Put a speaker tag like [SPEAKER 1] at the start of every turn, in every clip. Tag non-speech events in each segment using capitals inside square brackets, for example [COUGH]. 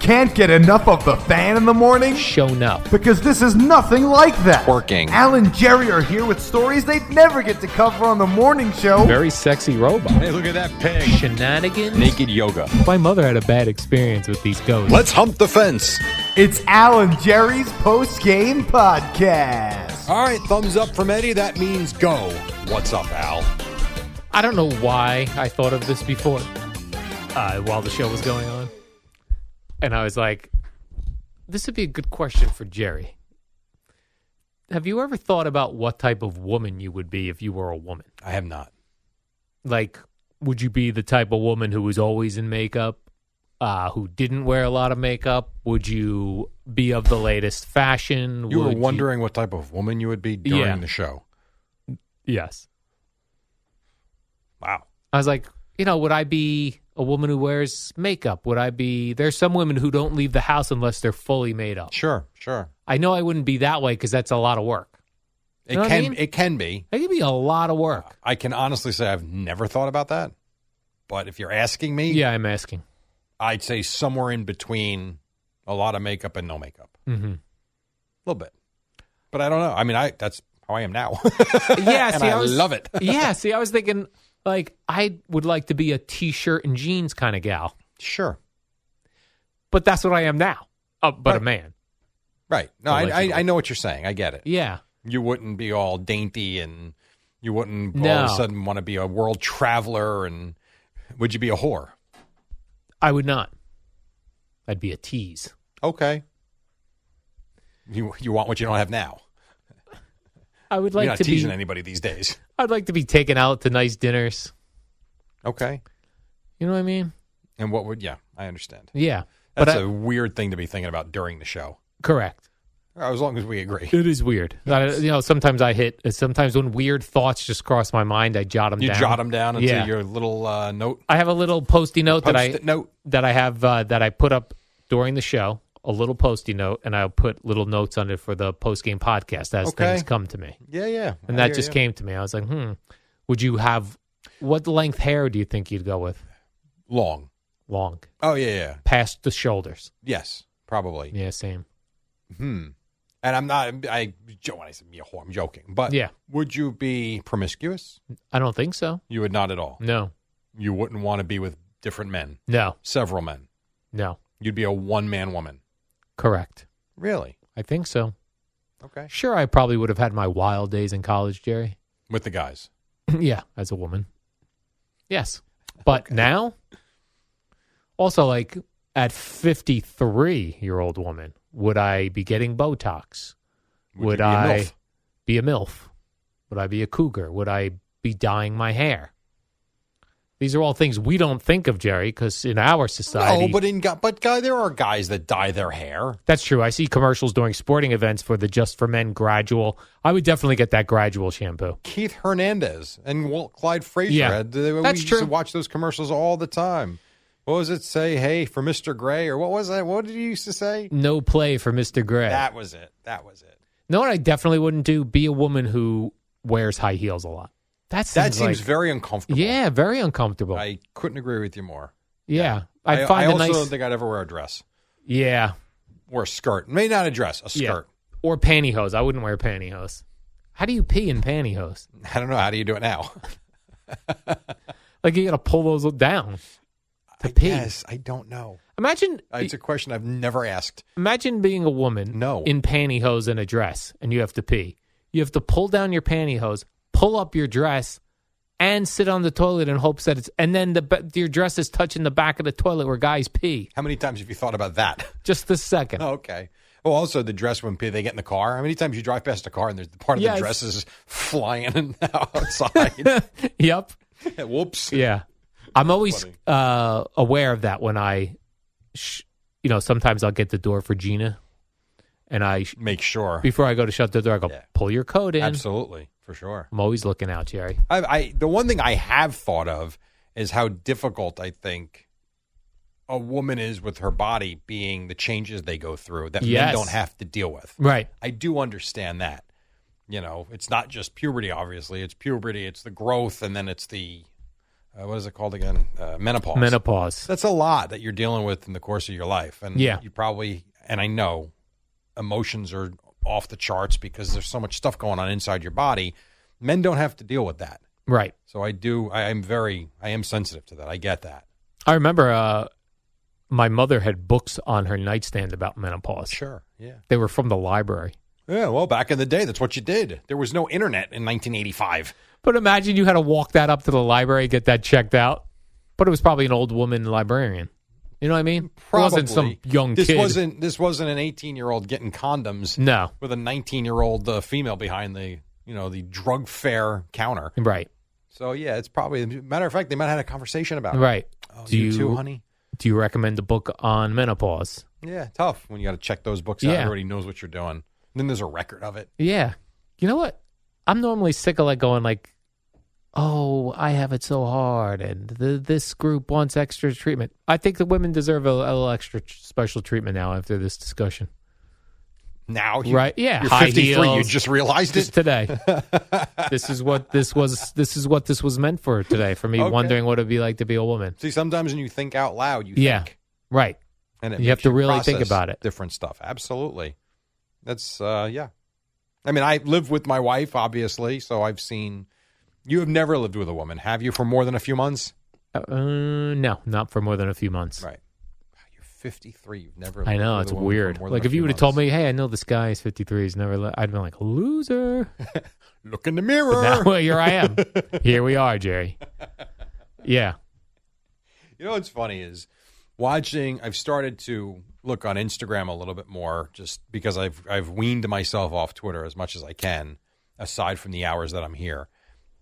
[SPEAKER 1] Can't get enough of the fan in the morning?
[SPEAKER 2] shown up.
[SPEAKER 1] Because this is nothing like that.
[SPEAKER 3] Working.
[SPEAKER 1] Al and Jerry are here with stories they'd never get to cover on the morning show.
[SPEAKER 2] Very sexy robot.
[SPEAKER 3] Hey, look at that pig.
[SPEAKER 2] Shenanigans.
[SPEAKER 3] Naked yoga.
[SPEAKER 2] My mother had a bad experience with these ghosts.
[SPEAKER 3] hump the fence.
[SPEAKER 1] It's Al and Jerry's post game podcast.
[SPEAKER 3] All right, thumbs up from Eddie. That means go. What's up, Al?
[SPEAKER 2] I don't know why I thought of this before uh, while the show was going on. And I was like, this would be a good question for Jerry. Have you ever thought about what type of woman you would be if you were a woman?
[SPEAKER 3] I have not.
[SPEAKER 2] like would you be the type of woman who was always in makeup uh, who didn't wear a lot of makeup would you be of the latest fashion
[SPEAKER 3] You
[SPEAKER 2] Would
[SPEAKER 3] were wondering what type of woman you would be during
[SPEAKER 2] Yeah.
[SPEAKER 3] the show.
[SPEAKER 2] yes
[SPEAKER 3] Wow.
[SPEAKER 2] i was like you know would i be a woman who wears makeup would i be there's some women who don't leave the house unless they're fully made up
[SPEAKER 3] Sure, sure.
[SPEAKER 2] i know i wouldn't be that way because that's a lot of work
[SPEAKER 3] It
[SPEAKER 2] Know what I
[SPEAKER 3] can
[SPEAKER 2] mean?
[SPEAKER 3] it can be.
[SPEAKER 2] it could be a lot of work
[SPEAKER 3] I can honestly say I've never thought about that. But if you're asking me,
[SPEAKER 2] yeah i'm asking
[SPEAKER 3] I'd say somewhere in between a lot of makeup and no makeup.
[SPEAKER 2] hmm
[SPEAKER 3] A little bit. But I don't know. I mean, I that's how I am now.
[SPEAKER 2] [LAUGHS]
[SPEAKER 3] [LAUGHS]
[SPEAKER 2] yeah,
[SPEAKER 3] And
[SPEAKER 2] see,
[SPEAKER 3] I
[SPEAKER 2] I, was,
[SPEAKER 3] love it.
[SPEAKER 2] [LAUGHS] yeah, see, I was thinking like I would like to be a t-shirt and jeans kind of gal,
[SPEAKER 3] sure.
[SPEAKER 2] but that's what I am now. Uh, but a
[SPEAKER 3] Right.
[SPEAKER 2] man,
[SPEAKER 3] Right. No, I, I,
[SPEAKER 2] Allegedly.
[SPEAKER 3] I know what you're saying. I get it.
[SPEAKER 2] yeah,
[SPEAKER 3] you wouldn't be all dainty and you wouldn't all
[SPEAKER 2] No.
[SPEAKER 3] of a sudden want to be a world traveler and would you be a whore?
[SPEAKER 2] I would not. I'd be a tease.
[SPEAKER 3] Okay. You you want what you don't have now.
[SPEAKER 2] I would
[SPEAKER 3] You're
[SPEAKER 2] like
[SPEAKER 3] not
[SPEAKER 2] to be.
[SPEAKER 3] teasing anybody these days.
[SPEAKER 2] I'd like to be taken out to nice dinners.
[SPEAKER 3] Okay.
[SPEAKER 2] You know what I mean?
[SPEAKER 3] And what would yeah, I understand.
[SPEAKER 2] Yeah,
[SPEAKER 3] That's
[SPEAKER 2] but I-
[SPEAKER 3] a weird thing to be thinking about during the show.
[SPEAKER 2] correct.
[SPEAKER 3] Oh, As long as we agree.
[SPEAKER 2] It is weird. I- you know, sometimes I hit. Sometimes when weird thoughts just cross my mind, I jot them
[SPEAKER 3] You
[SPEAKER 2] down.
[SPEAKER 3] jot them down into
[SPEAKER 2] Yeah.
[SPEAKER 3] your little uh, note.
[SPEAKER 2] I have a little posty note that I
[SPEAKER 3] Post-it note.
[SPEAKER 2] that I have uh, that I put up during the show, a little posty note, and I'll put little notes on it for the post game podcast as
[SPEAKER 3] Okay.
[SPEAKER 2] things come to me.
[SPEAKER 3] Yeah, yeah.
[SPEAKER 2] And
[SPEAKER 3] I
[SPEAKER 2] that
[SPEAKER 3] hear
[SPEAKER 2] just
[SPEAKER 3] you.
[SPEAKER 2] came to me. I was like, hmm, would you have what length hair do you think you'd go with?
[SPEAKER 3] long.
[SPEAKER 2] Long,
[SPEAKER 3] Oh yeah, yeah.
[SPEAKER 2] past the shoulders.
[SPEAKER 3] Yes, probably.
[SPEAKER 2] Yeah, same.
[SPEAKER 3] Hmm. And I'm not. I jo- when I said be a whore, I'm joking. But
[SPEAKER 2] Yeah.
[SPEAKER 3] would you be promiscuous?
[SPEAKER 2] I don't think so.
[SPEAKER 3] You would not at all.
[SPEAKER 2] No,
[SPEAKER 3] You wouldn't want to be with different men,
[SPEAKER 2] no,
[SPEAKER 3] several men.
[SPEAKER 2] no.
[SPEAKER 3] You'd be a one man woman.
[SPEAKER 2] Correct.
[SPEAKER 3] Really?
[SPEAKER 2] I think so.
[SPEAKER 3] Okay.
[SPEAKER 2] Sure, I probably would have had my wild days in college,
[SPEAKER 3] [LAUGHS]
[SPEAKER 2] Jerry.
[SPEAKER 3] With the guys.
[SPEAKER 2] yeah, as a woman. Yes. But now, also like at 53 year old woman, would I be getting Botox?
[SPEAKER 3] Would you
[SPEAKER 2] Would
[SPEAKER 3] be a
[SPEAKER 2] I-
[SPEAKER 3] milf?
[SPEAKER 2] Be a MILF? Would I be a cougar? Would I be dyeing my hair? These are all things we don't think of, Jerry, because in our society.
[SPEAKER 3] No, but in gu- but guy, there are guys that dye their hair.
[SPEAKER 2] That's true. I see commercials during sporting events for the Just for Men gradual. I would definitely get that gradual shampoo.
[SPEAKER 3] Keith Hernandez and Walt Clyde Frazier.
[SPEAKER 2] Yeah.
[SPEAKER 3] had, uh,
[SPEAKER 2] That's
[SPEAKER 3] we used
[SPEAKER 2] true.
[SPEAKER 3] to watch those commercials all the time. What was it say? Hey, for Mr. Gray, or what was that? What did you used to say?
[SPEAKER 2] No play for Mr. Gray.
[SPEAKER 3] That was it. That was it.
[SPEAKER 2] No, what I definitely wouldn't do? Be a woman who wears high heels a lot. That seems,
[SPEAKER 3] That seems
[SPEAKER 2] like-
[SPEAKER 3] very uncomfortable.
[SPEAKER 2] yeah, very uncomfortable.
[SPEAKER 3] I couldn't agree with you more.
[SPEAKER 2] yeah, I'd find
[SPEAKER 3] I
[SPEAKER 2] a
[SPEAKER 3] also
[SPEAKER 2] nice
[SPEAKER 3] don't think I'd ever wear a dress.
[SPEAKER 2] yeah.
[SPEAKER 3] wear a skirt. Maybe not a dress, a
[SPEAKER 2] Yeah.
[SPEAKER 3] skirt.
[SPEAKER 2] Or pantyhose. I wouldn't wear pantyhose. How do you pee in pantyhose?
[SPEAKER 3] I don't know. How do you do
[SPEAKER 2] [LAUGHS]
[SPEAKER 3] it now?
[SPEAKER 2] Like you got to pull those down to
[SPEAKER 3] I
[SPEAKER 2] pee.
[SPEAKER 3] guess. I don't know.
[SPEAKER 2] Imagine
[SPEAKER 3] Uh, It's a question I've never asked.
[SPEAKER 2] imagine being a woman
[SPEAKER 3] No.
[SPEAKER 2] in pantyhose and a dress and you have to pee. You have to pull down your pantyhose, pull up your dress and sit on the toilet in hopes that it's and then the ba- your dress is touching the back of the toilet where guys pee.
[SPEAKER 3] How many times have you thought about that? [LAUGHS]
[SPEAKER 2] Just this second.
[SPEAKER 3] Oh, okay. Well, also the dress when they get in the car. How many times you drive past a car and there's part of
[SPEAKER 2] Yes.
[SPEAKER 3] the dress is flying [LAUGHS]
[SPEAKER 2] [LAUGHS]
[SPEAKER 3] outside?
[SPEAKER 2] yep.
[SPEAKER 3] Whoops.
[SPEAKER 2] Yeah. I'm always
[SPEAKER 3] funny.
[SPEAKER 2] uh, aware of that when I, sh- you know, sometimes I'll get the door for Gina and I, sh-
[SPEAKER 3] Make sure.
[SPEAKER 2] before I go to shut the door, I go,
[SPEAKER 3] Yeah.
[SPEAKER 2] pull your coat in.
[SPEAKER 3] Absolutely, for sure.
[SPEAKER 2] I'm always looking out, Jerry.
[SPEAKER 3] I, I the one thing I have thought of is how difficult I think a woman is with her body being the changes they go through that men
[SPEAKER 2] Yes.
[SPEAKER 3] don't have to deal with.
[SPEAKER 2] Right.
[SPEAKER 3] I do understand that. You know, it's not just puberty. Obviously, it's puberty. It's the growth, and then it's the uh, what is it called again? Uh, menopause.
[SPEAKER 2] Menopause.
[SPEAKER 3] That's a lot that you're dealing with in the course of your life, and
[SPEAKER 2] Yeah.
[SPEAKER 3] you probably and I know emotions are off the charts because there's so much stuff going on inside your body. Men don't have to deal with that,
[SPEAKER 2] Right.
[SPEAKER 3] so I do. I am very, I am sensitive to that. I get that.
[SPEAKER 2] I remember uh, my mother had books on her nightstand about menopause.
[SPEAKER 3] Sure. Yeah.
[SPEAKER 2] They were from the library.
[SPEAKER 3] Yeah. Well, back in the day, that's what you did. There was no internet in 1985.
[SPEAKER 2] But imagine you had to walk that up to the library, get that checked out. But it was probably an old woman librarian. You know what I mean? It wasn't some
[SPEAKER 3] Probably.
[SPEAKER 2] young
[SPEAKER 3] this
[SPEAKER 2] kid.
[SPEAKER 3] wasn't this wasn't an 18 year old getting condoms
[SPEAKER 2] No.
[SPEAKER 3] with a 19 year old uh, female behind the you know the drug fair counter
[SPEAKER 2] Right.
[SPEAKER 3] so yeah it's probably matter of fact they might have had a conversation about
[SPEAKER 2] Right.
[SPEAKER 3] it oh,
[SPEAKER 2] Do
[SPEAKER 3] you,
[SPEAKER 2] you-
[SPEAKER 3] too honey
[SPEAKER 2] Do you recommend the book on menopause?
[SPEAKER 3] yeah tough when you got to check those books out
[SPEAKER 2] Yeah.
[SPEAKER 3] everybody knows what you're doing and then there's a record of it
[SPEAKER 2] Yeah. You know what? I'm normally sick of like going like, oh, I have it so hard, and th this group wants extra treatment. I think the women deserve a, a little extra tr- special treatment now after this discussion.
[SPEAKER 3] now you,
[SPEAKER 2] Right, yeah,
[SPEAKER 3] you're
[SPEAKER 2] high
[SPEAKER 3] 53 you
[SPEAKER 2] heels.
[SPEAKER 3] just realized
[SPEAKER 2] Just
[SPEAKER 3] it [LAUGHS]
[SPEAKER 2] today. this is what this was. This is what this was meant for today. For me
[SPEAKER 3] Okay.
[SPEAKER 2] wondering what it'd be like to be a woman.
[SPEAKER 3] see sometimes when you think out loud you
[SPEAKER 2] Yeah.
[SPEAKER 3] think
[SPEAKER 2] Right.
[SPEAKER 3] and it
[SPEAKER 2] You have
[SPEAKER 3] makes
[SPEAKER 2] to really think
[SPEAKER 3] process
[SPEAKER 2] about it.
[SPEAKER 3] Different stuff, absolutely. That's uh, yeah. I mean, I live with my wife, obviously, so I've seen. You have never lived with a woman, have you? For more than a few months,
[SPEAKER 2] Uh, uh, no, not for more than a few months.
[SPEAKER 3] right? Wow, You're 53. You've never.
[SPEAKER 2] I
[SPEAKER 3] lived
[SPEAKER 2] know
[SPEAKER 3] with
[SPEAKER 2] it's
[SPEAKER 3] a woman for
[SPEAKER 2] weird.
[SPEAKER 3] more than
[SPEAKER 2] Like
[SPEAKER 3] a
[SPEAKER 2] if you
[SPEAKER 3] few
[SPEAKER 2] would have told
[SPEAKER 3] months.
[SPEAKER 2] me, "Hey, I know this guy is 53. He's never," le-" I'd been like, "Loser."
[SPEAKER 3] look in the
[SPEAKER 2] But [LAUGHS]
[SPEAKER 3] mirror.
[SPEAKER 2] now here I am. Here we are, Jerry. Yeah.
[SPEAKER 3] You know what's funny is watching. I've started to look on Instagram a little bit more, just because I've I've weaned myself off Twitter as much as I can, aside from the hours that I'm here.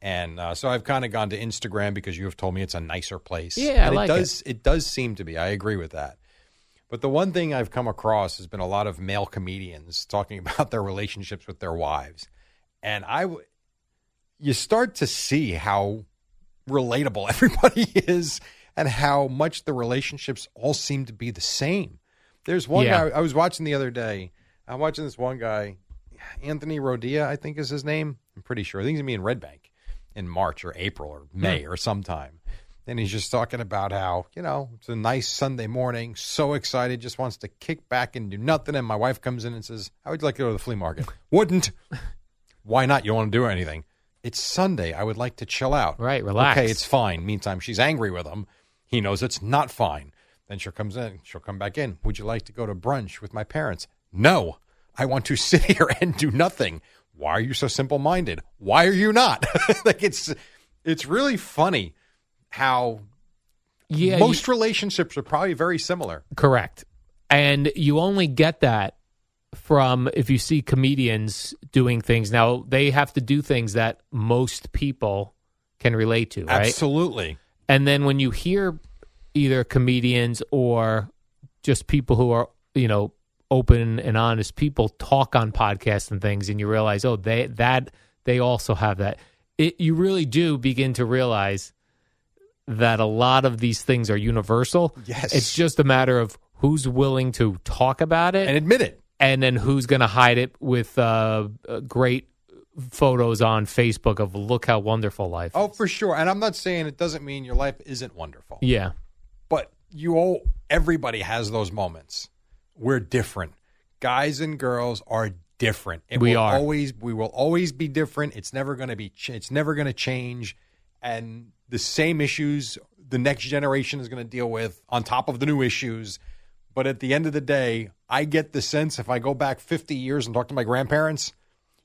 [SPEAKER 3] And uh, so I've kind of gone to Instagram because you have told me it's a nicer place.
[SPEAKER 2] Yeah, I
[SPEAKER 3] and
[SPEAKER 2] like
[SPEAKER 3] it does. It. does seem to be. I agree with that. But the one thing I've come across has been a lot of male comedians talking [LAUGHS] about their relationships with their wives, and I, w- you start to see how relatable [LAUGHS] everybody is and how much the relationships all seem to be the same. There's one
[SPEAKER 2] Yeah.
[SPEAKER 3] guy I was watching the other day. I'm watching this one guy, Anthony Rodia, I think is his name. I'm pretty sure. I think he's gonna be in Red Bank in March or April or May or sometime. And he's just talking about how, you know, it's a nice Sunday morning, so excited, just wants to kick back and do nothing. And my wife comes in and says, I would like to go to the flea market. Wouldn't. Why not? You don't want to do anything. It's Sunday. I would like to chill out.
[SPEAKER 2] Right, relax.
[SPEAKER 3] Okay, it's fine. Meantime, she's angry with him. He knows it's not fine. Then she comes in. She'll come back in. Would you like to go to brunch with my parents? No. I want to [LAUGHS] sit here and do nothing. Why are you so simple minded? Why are you not? [LAUGHS] like it's it's really funny how
[SPEAKER 2] Yeah.
[SPEAKER 3] most relationships are probably very similar.
[SPEAKER 2] you- correct. And you only get that from if you see comedians doing things. Now, they have to do things that most people can relate to, right?
[SPEAKER 3] Absolutely.
[SPEAKER 2] And then when you hear either comedians or just people who are, you know, open and honest people talk on podcasts and things and you realize, oh, they that they also have that. It you really do begin to realize that a lot of these things are universal.
[SPEAKER 3] Yes.
[SPEAKER 2] It's just a matter of who's willing to talk about it
[SPEAKER 3] And
[SPEAKER 2] and,
[SPEAKER 3] admit it.
[SPEAKER 2] then who's going to hide it with uh, uh, great photos on Facebook of look how wonderful life.
[SPEAKER 3] Oh, for sure. And I'm not saying it doesn't mean your life isn't wonderful.
[SPEAKER 2] Yeah.
[SPEAKER 3] but you all everybody has those moments We're different. Guys and girls are different. It
[SPEAKER 2] We
[SPEAKER 3] will
[SPEAKER 2] are.
[SPEAKER 3] always we will always be different. It's never going to be ch- it's never going to change and the same issues the next generation is going to deal with on top of the new issues. But at the end of the day, I get the sense if I go back 50 years and talk to my grandparents,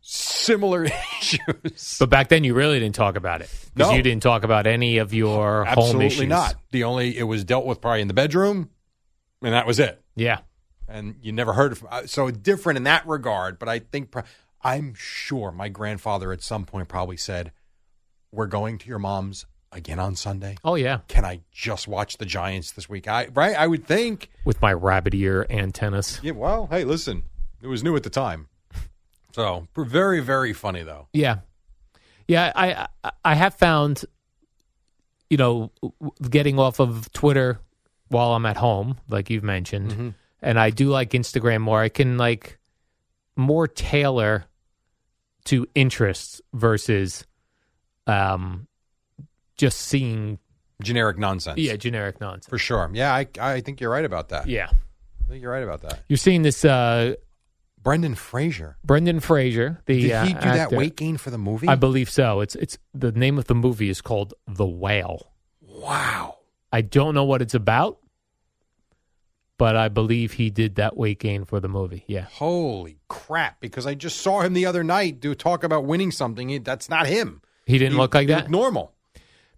[SPEAKER 3] similar [LAUGHS] issues.
[SPEAKER 2] But back then, you really didn't talk about it because
[SPEAKER 3] No.
[SPEAKER 2] you didn't talk about any of your home
[SPEAKER 3] Absolutely
[SPEAKER 2] issues.
[SPEAKER 3] not. The only it was dealt with probably in the bedroom, and that was it.
[SPEAKER 2] Yeah,
[SPEAKER 3] And you never heard from. uh, So different in that regard. But I think pro- I'm sure my grandfather at some point probably said, "We're going to your mom's again on Sunday.
[SPEAKER 2] oh yeah,
[SPEAKER 3] Can I just watch the Giants this week?" I right. I would think.
[SPEAKER 2] with my rabbit ear antennas.
[SPEAKER 3] Yeah. Well, hey, listen, it was new at the time. So very, very funny though.
[SPEAKER 2] Yeah, yeah. I I, I have found, you know, w- getting off of Twitter while I'm at home, like you've mentioned,
[SPEAKER 3] Mm-hmm.
[SPEAKER 2] and I do like Instagram more. I can like more tailor to interests versus, um, just seeing
[SPEAKER 3] Generic nonsense.
[SPEAKER 2] yeah generic nonsense.
[SPEAKER 3] For sure. Yeah, I, I think you're right about that.
[SPEAKER 2] Yeah,
[SPEAKER 3] I think you're right about that.
[SPEAKER 2] you're seeing this. uh
[SPEAKER 3] Brendan Fraser.
[SPEAKER 2] Brendan Fraser, the
[SPEAKER 3] Did
[SPEAKER 2] uh,
[SPEAKER 3] he do that
[SPEAKER 2] actor.
[SPEAKER 3] weight gain for the movie?
[SPEAKER 2] I believe so. It's it's the name of the movie is called The Whale.
[SPEAKER 3] wow.
[SPEAKER 2] I don't know what it's about, but I believe he did that weight gain for the movie. Yeah,
[SPEAKER 3] Holy crap! Because I just saw him the other night do talk about winning something. He- That's not him.
[SPEAKER 2] he didn't
[SPEAKER 3] He-
[SPEAKER 2] look like
[SPEAKER 3] he
[SPEAKER 2] that
[SPEAKER 3] looked normal.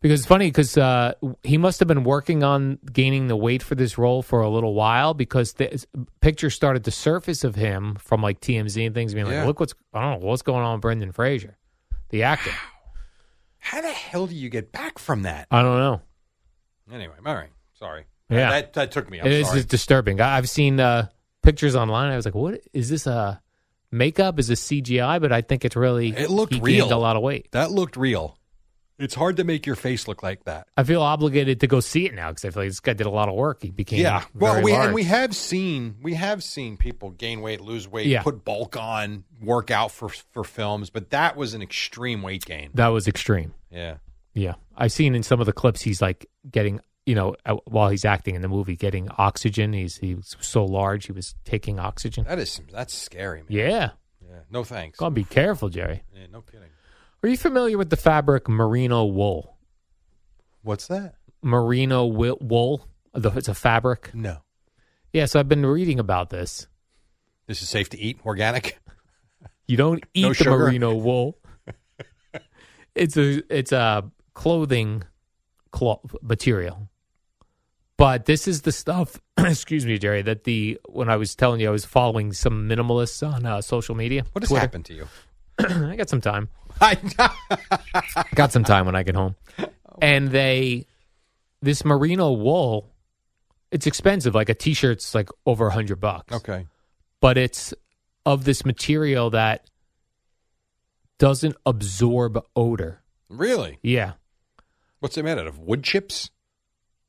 [SPEAKER 2] because it's funny because uh, he must have been working on gaining the weight for this role for a little while because the pictures started to surface of him from like TMZ and things being like,
[SPEAKER 3] Yeah.
[SPEAKER 2] look what's I don't know what's going on with Brendan Fraser, the actor.
[SPEAKER 3] How the hell do you get back from that?
[SPEAKER 2] I don't know.
[SPEAKER 3] Anyway, all right. Sorry.
[SPEAKER 2] Yeah.
[SPEAKER 3] That, that took me. I'm
[SPEAKER 2] It is
[SPEAKER 3] sorry.
[SPEAKER 2] just disturbing. I, I've seen uh, pictures online. I was like, "What is this? Uh, makeup? Is this CGI?" But I think it's really
[SPEAKER 3] It looked
[SPEAKER 2] he
[SPEAKER 3] real.
[SPEAKER 2] Gained a lot of weight.
[SPEAKER 3] that looked real. It's hard to make your face look like that.
[SPEAKER 2] I feel obligated to go see it now because I feel like this guy did a lot of work. He became
[SPEAKER 3] Yeah. Well,
[SPEAKER 2] very
[SPEAKER 3] we
[SPEAKER 2] large.
[SPEAKER 3] and we have seen we have seen people gain weight, lose weight,
[SPEAKER 2] Yeah.
[SPEAKER 3] put bulk on, work out for for films, but that was an extreme weight gain.
[SPEAKER 2] that was extreme.
[SPEAKER 3] Yeah.
[SPEAKER 2] Yeah, I've seen in some of the clips he's like getting you know uh, while he's acting in the movie getting oxygen. He's he was so large he was taking oxygen.
[SPEAKER 3] That is that's scary, man.
[SPEAKER 2] Yeah,
[SPEAKER 3] Yeah. No thanks.
[SPEAKER 2] gotta be careful, Jerry.
[SPEAKER 3] Yeah, no kidding.
[SPEAKER 2] Are you familiar with the fabric merino wool?
[SPEAKER 3] What's that?
[SPEAKER 2] Merino wi- wool. The- It's a fabric.
[SPEAKER 3] No.
[SPEAKER 2] Yeah, so I've been reading about this.
[SPEAKER 3] This is safe to eat, organic.
[SPEAKER 2] You don't eat
[SPEAKER 3] No
[SPEAKER 2] the
[SPEAKER 3] sugar.
[SPEAKER 2] merino wool. [LAUGHS] it's a it's a clothing cloth material. But this is the stuff, [CLEARS THROAT] excuse me, Jerry, that the when I was telling you I was following some minimalists on uh, social media.
[SPEAKER 3] [LAUGHS] What has
[SPEAKER 2] Twitter.
[SPEAKER 3] happened to you?
[SPEAKER 2] [CLEARS THROAT] I got some time.
[SPEAKER 3] [LAUGHS] I,
[SPEAKER 2] got some time when I get home.
[SPEAKER 3] Oh.
[SPEAKER 2] And they, this merino wool, it's expensive. Like a t-shirt's like over a hundred bucks.
[SPEAKER 3] okay.
[SPEAKER 2] but it's of this material that doesn't absorb odor.
[SPEAKER 3] Really?
[SPEAKER 2] Yeah.
[SPEAKER 3] What's it made out of? Wood chips?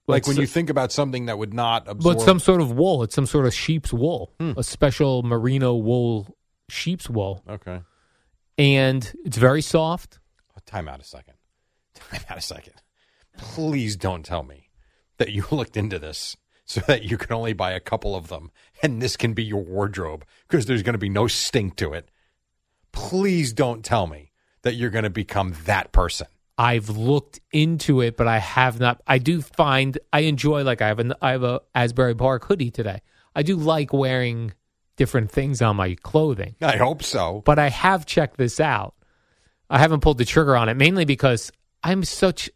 [SPEAKER 3] Like when you think about something that would not absorb. Hmm.
[SPEAKER 2] but some sort of wool. It's some sort of sheep's wool, a special merino wool, sheep's wool,
[SPEAKER 3] Okay.
[SPEAKER 2] and it's very soft.
[SPEAKER 3] Oh, Time out a second. [LAUGHS] Time out a second. Please don't tell me that you [LAUGHS] looked into this so that you can only buy a couple of them and this can be your wardrobe because there's going to be no stink to it. Please don't tell me that you're going to become that person.
[SPEAKER 2] I've looked into it, but I have not. I do find I enjoy like I have an I have a Asbury Park hoodie today. I do like wearing different things on my clothing.
[SPEAKER 3] I hope so.
[SPEAKER 2] but I have checked this out. I haven't pulled the trigger on it mainly because I'm such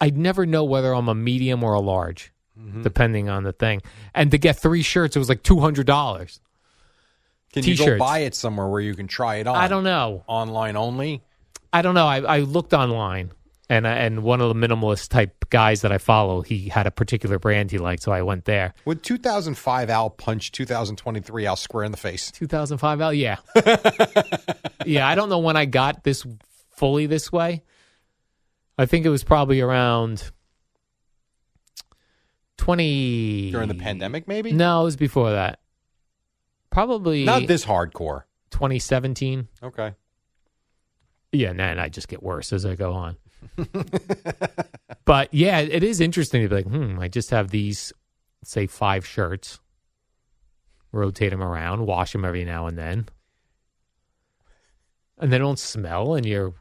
[SPEAKER 2] I never know whether I'm a medium or a large depending on the thing. And to get 3 shirts it was like $200.
[SPEAKER 3] Can you
[SPEAKER 2] T-shirts.
[SPEAKER 3] go buy it somewhere where you can try it on?
[SPEAKER 2] I don't know.
[SPEAKER 3] Online only.
[SPEAKER 2] I don't know. I, I looked online and I- and one of the minimalist type guys that I follow, he had a particular brand he liked, so I went there.
[SPEAKER 3] Would 2005 Al punch 2023 Al square in the face?
[SPEAKER 2] 2005 L,
[SPEAKER 3] [LAUGHS]
[SPEAKER 2] yeah. yeah, I don't know when I got this fully this way. I think it was probably around 20
[SPEAKER 3] During the pandemic, maybe?
[SPEAKER 2] No, it was before that. Probably
[SPEAKER 3] Not this hardcore.
[SPEAKER 2] 2017.
[SPEAKER 3] Okay.
[SPEAKER 2] Yeah, and then I just get worse as I go on. [LAUGHS] but yeah, it is interesting to be like, hmm, I just have these, say, five shirts. rotate them around, wash them every now and then, and they don't smell, and you're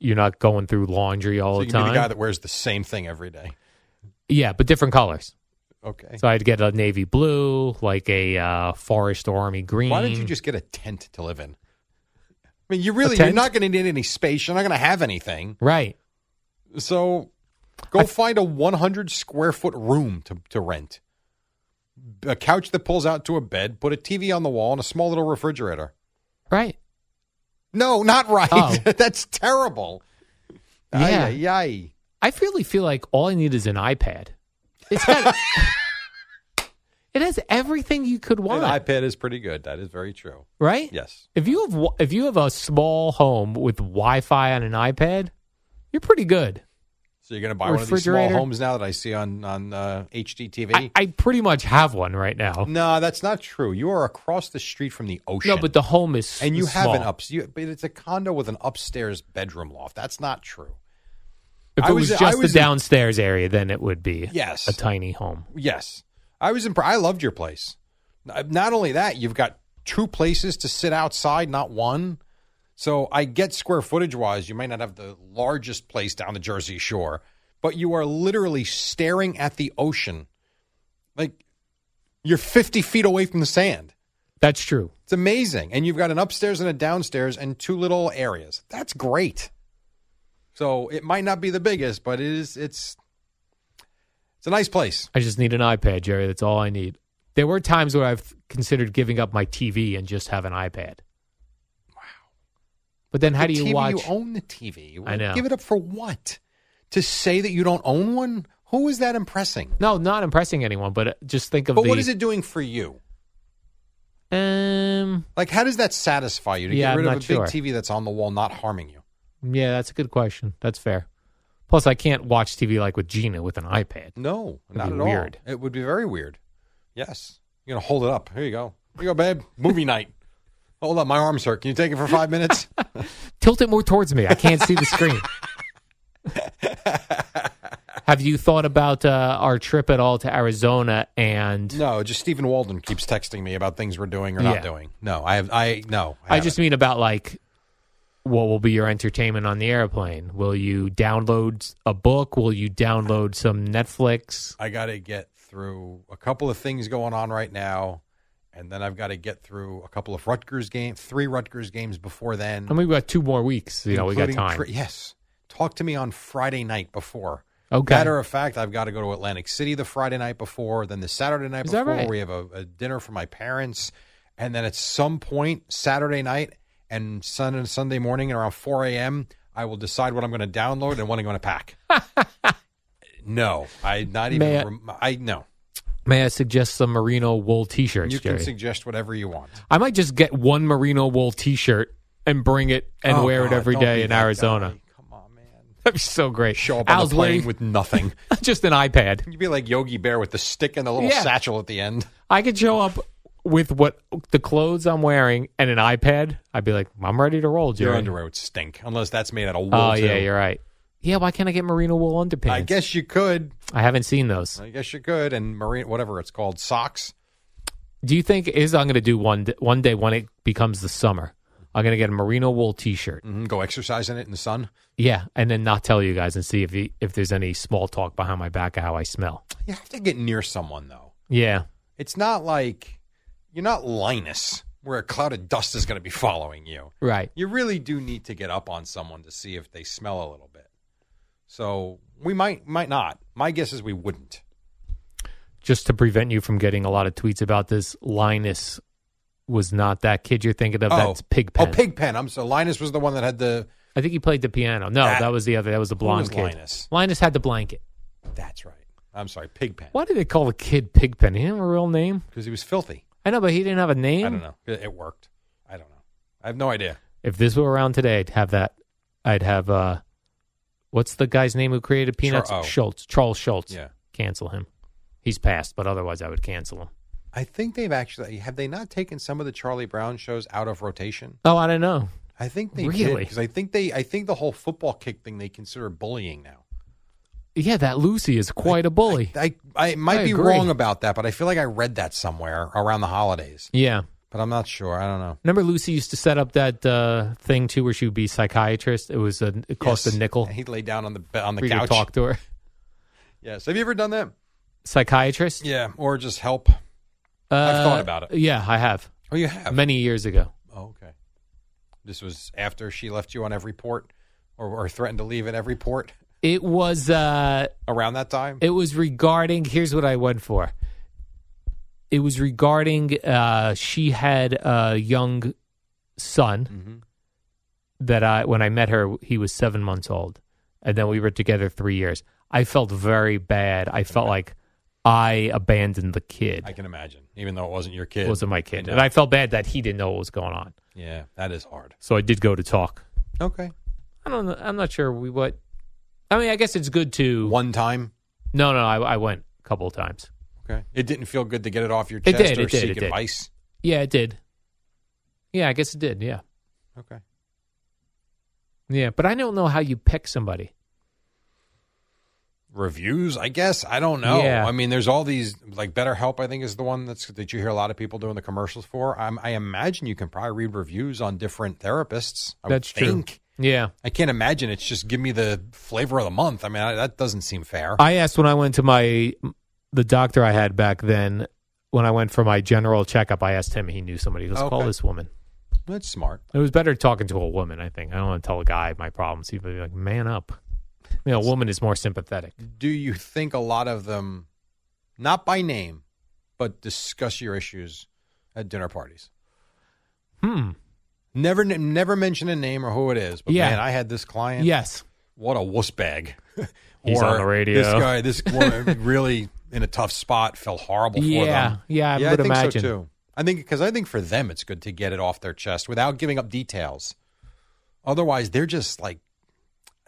[SPEAKER 2] you're not going through laundry all
[SPEAKER 3] so
[SPEAKER 2] the
[SPEAKER 3] you can
[SPEAKER 2] time.
[SPEAKER 3] be the guy that wears the same thing every day.
[SPEAKER 2] yeah, but different colors.
[SPEAKER 3] Okay.
[SPEAKER 2] So I'd get a navy blue, like a uh, forest or army green.
[SPEAKER 3] Why don't you just get a tent to live in? I mean, you really you're
[SPEAKER 2] tent?
[SPEAKER 3] not going to need any space. You're not going to have anything.
[SPEAKER 2] right?
[SPEAKER 3] So go find a 100 square foot room to, to rent. A couch that pulls out to a bed, put a TV on the wall, and a small little refrigerator.
[SPEAKER 2] Right.
[SPEAKER 3] No, not right.
[SPEAKER 2] Oh.
[SPEAKER 3] [LAUGHS] That's terrible.
[SPEAKER 2] Yeah.
[SPEAKER 3] Ay, ay, ay.
[SPEAKER 2] I really feel like all I need is an iPad. It's
[SPEAKER 3] [LAUGHS]
[SPEAKER 2] got it has everything you could want,
[SPEAKER 3] An iPad is pretty good. That is very true.
[SPEAKER 2] right?
[SPEAKER 3] Yes.
[SPEAKER 2] If you have wi- if you have a small home with Wi-Fi on an iPad, you're pretty good.
[SPEAKER 3] So you're going to buy one of these small
[SPEAKER 2] Refrigerator.
[SPEAKER 3] homes now that I see on on uh, HGTV.
[SPEAKER 2] I, I pretty much have one right now.
[SPEAKER 3] no, that's not true. You are across the street from the ocean.
[SPEAKER 2] No, but the home is
[SPEAKER 3] and you
[SPEAKER 2] is
[SPEAKER 3] have an
[SPEAKER 2] small.
[SPEAKER 3] ups. You, but it's a condo with an upstairs bedroom loft. That's not true.
[SPEAKER 2] If
[SPEAKER 3] I
[SPEAKER 2] it was,
[SPEAKER 3] was- I
[SPEAKER 2] just
[SPEAKER 3] was
[SPEAKER 2] the
[SPEAKER 3] in-
[SPEAKER 2] downstairs area, then it would be
[SPEAKER 3] Yes.
[SPEAKER 2] a tiny home.
[SPEAKER 3] Yes, I was impressed. I loved your place. N- uh, Not only that, you've got two places to sit outside, not one. So I get square footage wise, you may not have the largest place down the Jersey Shore, but you are literally staring at the ocean. Like you're 50 feet away from the sand.
[SPEAKER 2] That's true.
[SPEAKER 3] It's amazing. And you've got an upstairs and a downstairs and two little areas. That's great. So it might not be the biggest, but it is it's it's a nice place.
[SPEAKER 2] I just need an iPad, Jerry. That's all I need. There were times where I've considered giving up my TV and just have an iPad. Wow. But then how
[SPEAKER 3] The
[SPEAKER 2] do you
[SPEAKER 3] TV,
[SPEAKER 2] watch?
[SPEAKER 3] You own the TV.
[SPEAKER 2] I know.
[SPEAKER 3] Give it up for what? To say that you don't own one? Who is that impressing?
[SPEAKER 2] no, not impressing anyone, but uh, just think of
[SPEAKER 3] But
[SPEAKER 2] the.
[SPEAKER 3] what is it doing for you?
[SPEAKER 2] Um,
[SPEAKER 3] Like, how does that satisfy you to
[SPEAKER 2] Yeah,
[SPEAKER 3] get
[SPEAKER 2] I'm
[SPEAKER 3] rid of a
[SPEAKER 2] not
[SPEAKER 3] big
[SPEAKER 2] sure.
[SPEAKER 3] TV that's on the wall, not harming you?
[SPEAKER 2] yeah, that's a good question. That's fair. Plus, I can't watch TV like with Gina with an iPad.
[SPEAKER 3] No,
[SPEAKER 2] It'd
[SPEAKER 3] not
[SPEAKER 2] be
[SPEAKER 3] at
[SPEAKER 2] weird.
[SPEAKER 3] all. It would be very weird. Yes, you're gonna hold it up. Here you go. Here you go, babe. Movie [LAUGHS] night. Hold up, my arms hurt. Can you take it for
[SPEAKER 2] [LAUGHS]
[SPEAKER 3] five minutes?
[SPEAKER 2] Tilt it more towards me. I can't see the
[SPEAKER 3] [LAUGHS]
[SPEAKER 2] screen. Have you thought about uh, our trip at all to Arizona and
[SPEAKER 3] no, just Stephen Walden keeps texting me about things we're doing or
[SPEAKER 2] Yeah.
[SPEAKER 3] not doing. No, I have. I no.
[SPEAKER 2] I just mean about like what will be your entertainment on the airplane? Will you download a book? Will you download some Netflix?
[SPEAKER 3] I got to get through a couple of things going on right now, and then I've got to get through a couple of Rutgers games, three Rutgers games before then.
[SPEAKER 2] I mean, we got two more weeks. You know, we got
[SPEAKER 3] including
[SPEAKER 2] time.
[SPEAKER 3] tri- yes, talk to me on Friday night before.
[SPEAKER 2] okay.
[SPEAKER 3] Matter of fact, I've got to go to Atlantic City the Friday night before, then the Saturday night
[SPEAKER 2] Is that
[SPEAKER 3] before.
[SPEAKER 2] right?
[SPEAKER 3] We have a, a dinner for my parents, and then at some point Saturday night and Sunday and Sunday morning around four a.m. I will decide what I'm going to download and what I'm going
[SPEAKER 2] [LAUGHS]
[SPEAKER 3] to pack. no, I not even.
[SPEAKER 2] May I-
[SPEAKER 3] rem- I no.
[SPEAKER 2] May I suggest some merino wool T-shirts,
[SPEAKER 3] You
[SPEAKER 2] Jerry?
[SPEAKER 3] can suggest whatever you want.
[SPEAKER 2] I might just get one merino wool T-shirt and bring it and
[SPEAKER 3] Oh,
[SPEAKER 2] wear it
[SPEAKER 3] God,
[SPEAKER 2] every
[SPEAKER 3] don't be
[SPEAKER 2] day in
[SPEAKER 3] that
[SPEAKER 2] Arizona.
[SPEAKER 3] guy. Come on, man.
[SPEAKER 2] [LAUGHS] That'd be so great.
[SPEAKER 3] Show up on
[SPEAKER 2] Al's
[SPEAKER 3] the plane
[SPEAKER 2] wearing
[SPEAKER 3] with nothing.
[SPEAKER 2] [LAUGHS]
[SPEAKER 3] [LAUGHS]
[SPEAKER 2] just an iPad.
[SPEAKER 3] You'd be like Yogi Bear with the stick and the little
[SPEAKER 2] Yeah.
[SPEAKER 3] satchel at the end.
[SPEAKER 2] I could show up with what the clothes I'm wearing and an iPad. I'd be like, I'm ready to roll, Jerry.
[SPEAKER 3] Your underwear would stink unless that's made out of wool.
[SPEAKER 2] Oh
[SPEAKER 3] too.
[SPEAKER 2] yeah, you're right. Yeah, why can't I get merino wool underpants?
[SPEAKER 3] I guess you could.
[SPEAKER 2] I haven't seen those.
[SPEAKER 3] I guess you could. And marine, whatever it's called, socks.
[SPEAKER 2] Do you think is I'm going to do one d- one day when it becomes the summer? I'm going to get a merino wool T-shirt.
[SPEAKER 3] Mhm, Go exercise in it in the sun.
[SPEAKER 2] Yeah, and then not tell you guys and see if you, if there's any small talk behind my back of how I smell.
[SPEAKER 3] You have to get near someone though.
[SPEAKER 2] Yeah,
[SPEAKER 3] It's not like you're not Linus, where a cloud of dust is going to be following you.
[SPEAKER 2] right.
[SPEAKER 3] You really do need to get up on someone to see if they smell a little bit. So we might, might not. My guess is we wouldn't.
[SPEAKER 2] Just to prevent you from getting a lot of tweets about this, Linus was not that kid you're thinking of. That's Pigpen.
[SPEAKER 3] Oh, Pigpen. I'm so Linus was the one that had the.
[SPEAKER 2] I think he played the piano. No,
[SPEAKER 3] That-
[SPEAKER 2] that was the other. That was the blonde
[SPEAKER 3] Ah. was
[SPEAKER 2] kid.
[SPEAKER 3] Linus?
[SPEAKER 2] Linus had the blanket.
[SPEAKER 3] That's right. I'm sorry, Pigpen.
[SPEAKER 2] Why did they call the kid Pigpen? He didn't have a real name.
[SPEAKER 3] Because he was filthy.
[SPEAKER 2] I know, but he didn't have a name.
[SPEAKER 3] I don't know. It it worked. I don't know. I have no idea.
[SPEAKER 2] If this were around today, I'd have that. I'd have uh, what's the guy's name who created Peanuts?
[SPEAKER 3] Char- oh.
[SPEAKER 2] Schultz, Charles Schultz.
[SPEAKER 3] Yeah.
[SPEAKER 2] cancel him. He's passed, but otherwise I would cancel him.
[SPEAKER 3] I think they've actually have they not taken some of the Charlie Brown shows out of rotation?
[SPEAKER 2] Oh, I don't know.
[SPEAKER 3] I think they
[SPEAKER 2] Really?
[SPEAKER 3] because I think they I think the whole football kick thing they consider bullying now.
[SPEAKER 2] Yeah, that Lucy is quite a bully.
[SPEAKER 3] I, I might
[SPEAKER 2] I
[SPEAKER 3] be
[SPEAKER 2] agree.
[SPEAKER 3] wrong about that, but I feel like I read that somewhere around the holidays,
[SPEAKER 2] yeah.
[SPEAKER 3] but I'm not sure. I don't know.
[SPEAKER 2] Remember, Lucy used to set up that uh, thing too, where she would be psychiatrist. It was a, it cost
[SPEAKER 3] Yes.
[SPEAKER 2] a nickel
[SPEAKER 3] He laid down on the be- on
[SPEAKER 2] for
[SPEAKER 3] the
[SPEAKER 2] you to
[SPEAKER 3] couch.
[SPEAKER 2] talk to her.
[SPEAKER 3] Yes. Have you ever done that?
[SPEAKER 2] Psychiatrist.
[SPEAKER 3] Yeah, or just help.
[SPEAKER 2] Uh,
[SPEAKER 3] I've thought about it.
[SPEAKER 2] Yeah, I have
[SPEAKER 3] Oh, you have.
[SPEAKER 2] many years ago.
[SPEAKER 3] oh, okay. This was after she left you on every port, or, or threatened to leave at every port
[SPEAKER 2] It was. Uh,
[SPEAKER 3] around that time.
[SPEAKER 2] It was regarding. Here's what I went for. It was regarding. Uh, she had a young son that I, when I met her, he was seven months old, and then we were together three years. I felt very bad. I felt like I abandoned the kid.
[SPEAKER 3] I can imagine, even though it wasn't your kid.
[SPEAKER 2] It wasn't my kid,
[SPEAKER 3] know.
[SPEAKER 2] and I felt bad that he didn't know what was going on.
[SPEAKER 3] yeah, that is hard.
[SPEAKER 2] So I did go to talk.
[SPEAKER 3] Okay.
[SPEAKER 2] I don't. know. I'm not sure we what. I mean, I guess it's good to.
[SPEAKER 3] One time.
[SPEAKER 2] No, no, I, I went a couple of times.
[SPEAKER 3] Okay. It didn't feel good to get it off your
[SPEAKER 2] It
[SPEAKER 3] chest
[SPEAKER 2] did,
[SPEAKER 3] or
[SPEAKER 2] it did,
[SPEAKER 3] seek
[SPEAKER 2] it did.
[SPEAKER 3] advice.
[SPEAKER 2] Yeah, it did. Yeah, I guess it did. Yeah.
[SPEAKER 3] Okay.
[SPEAKER 2] Yeah, but I don't know how you pick somebody.
[SPEAKER 3] Reviews, I guess. I don't know.
[SPEAKER 2] Yeah.
[SPEAKER 3] I mean, there's all these like BetterHelp. I think is the one that's that you hear a lot of people doing the commercials for. I'm, I imagine you can probably read reviews on different therapists. I would
[SPEAKER 2] That's true.
[SPEAKER 3] think.
[SPEAKER 2] Yeah.
[SPEAKER 3] I can't imagine it's just give me the flavor of the month. I mean, I, that doesn't seem fair.
[SPEAKER 2] I asked when I went to my the doctor I had back then when I went for my general checkup, I asked him, he knew somebody. Let's call
[SPEAKER 3] Okay.
[SPEAKER 2] this woman.
[SPEAKER 3] That's smart.
[SPEAKER 2] It was better talking to a woman, I think. I don't want to tell a guy my problems. He'd be like, man up. You know, a woman is more sympathetic.
[SPEAKER 3] Do you think a lot of them, not by name, but discuss your issues at dinner parties?
[SPEAKER 2] Hmm.
[SPEAKER 3] Never, never mention a name or who it is. But
[SPEAKER 2] Yeah.
[SPEAKER 3] man, I had this client.
[SPEAKER 2] Yes.
[SPEAKER 3] what a wuss bag.
[SPEAKER 2] He's
[SPEAKER 3] [LAUGHS] Or
[SPEAKER 2] on the radio.
[SPEAKER 3] This guy, this woman, [LAUGHS] really in a tough spot. Felt horrible for
[SPEAKER 2] Yeah.
[SPEAKER 3] them.
[SPEAKER 2] Yeah, I
[SPEAKER 3] yeah,
[SPEAKER 2] would
[SPEAKER 3] I think
[SPEAKER 2] imagine.
[SPEAKER 3] so too. I think because I think for them it's good to get it off their chest without giving up details. Otherwise, they're just like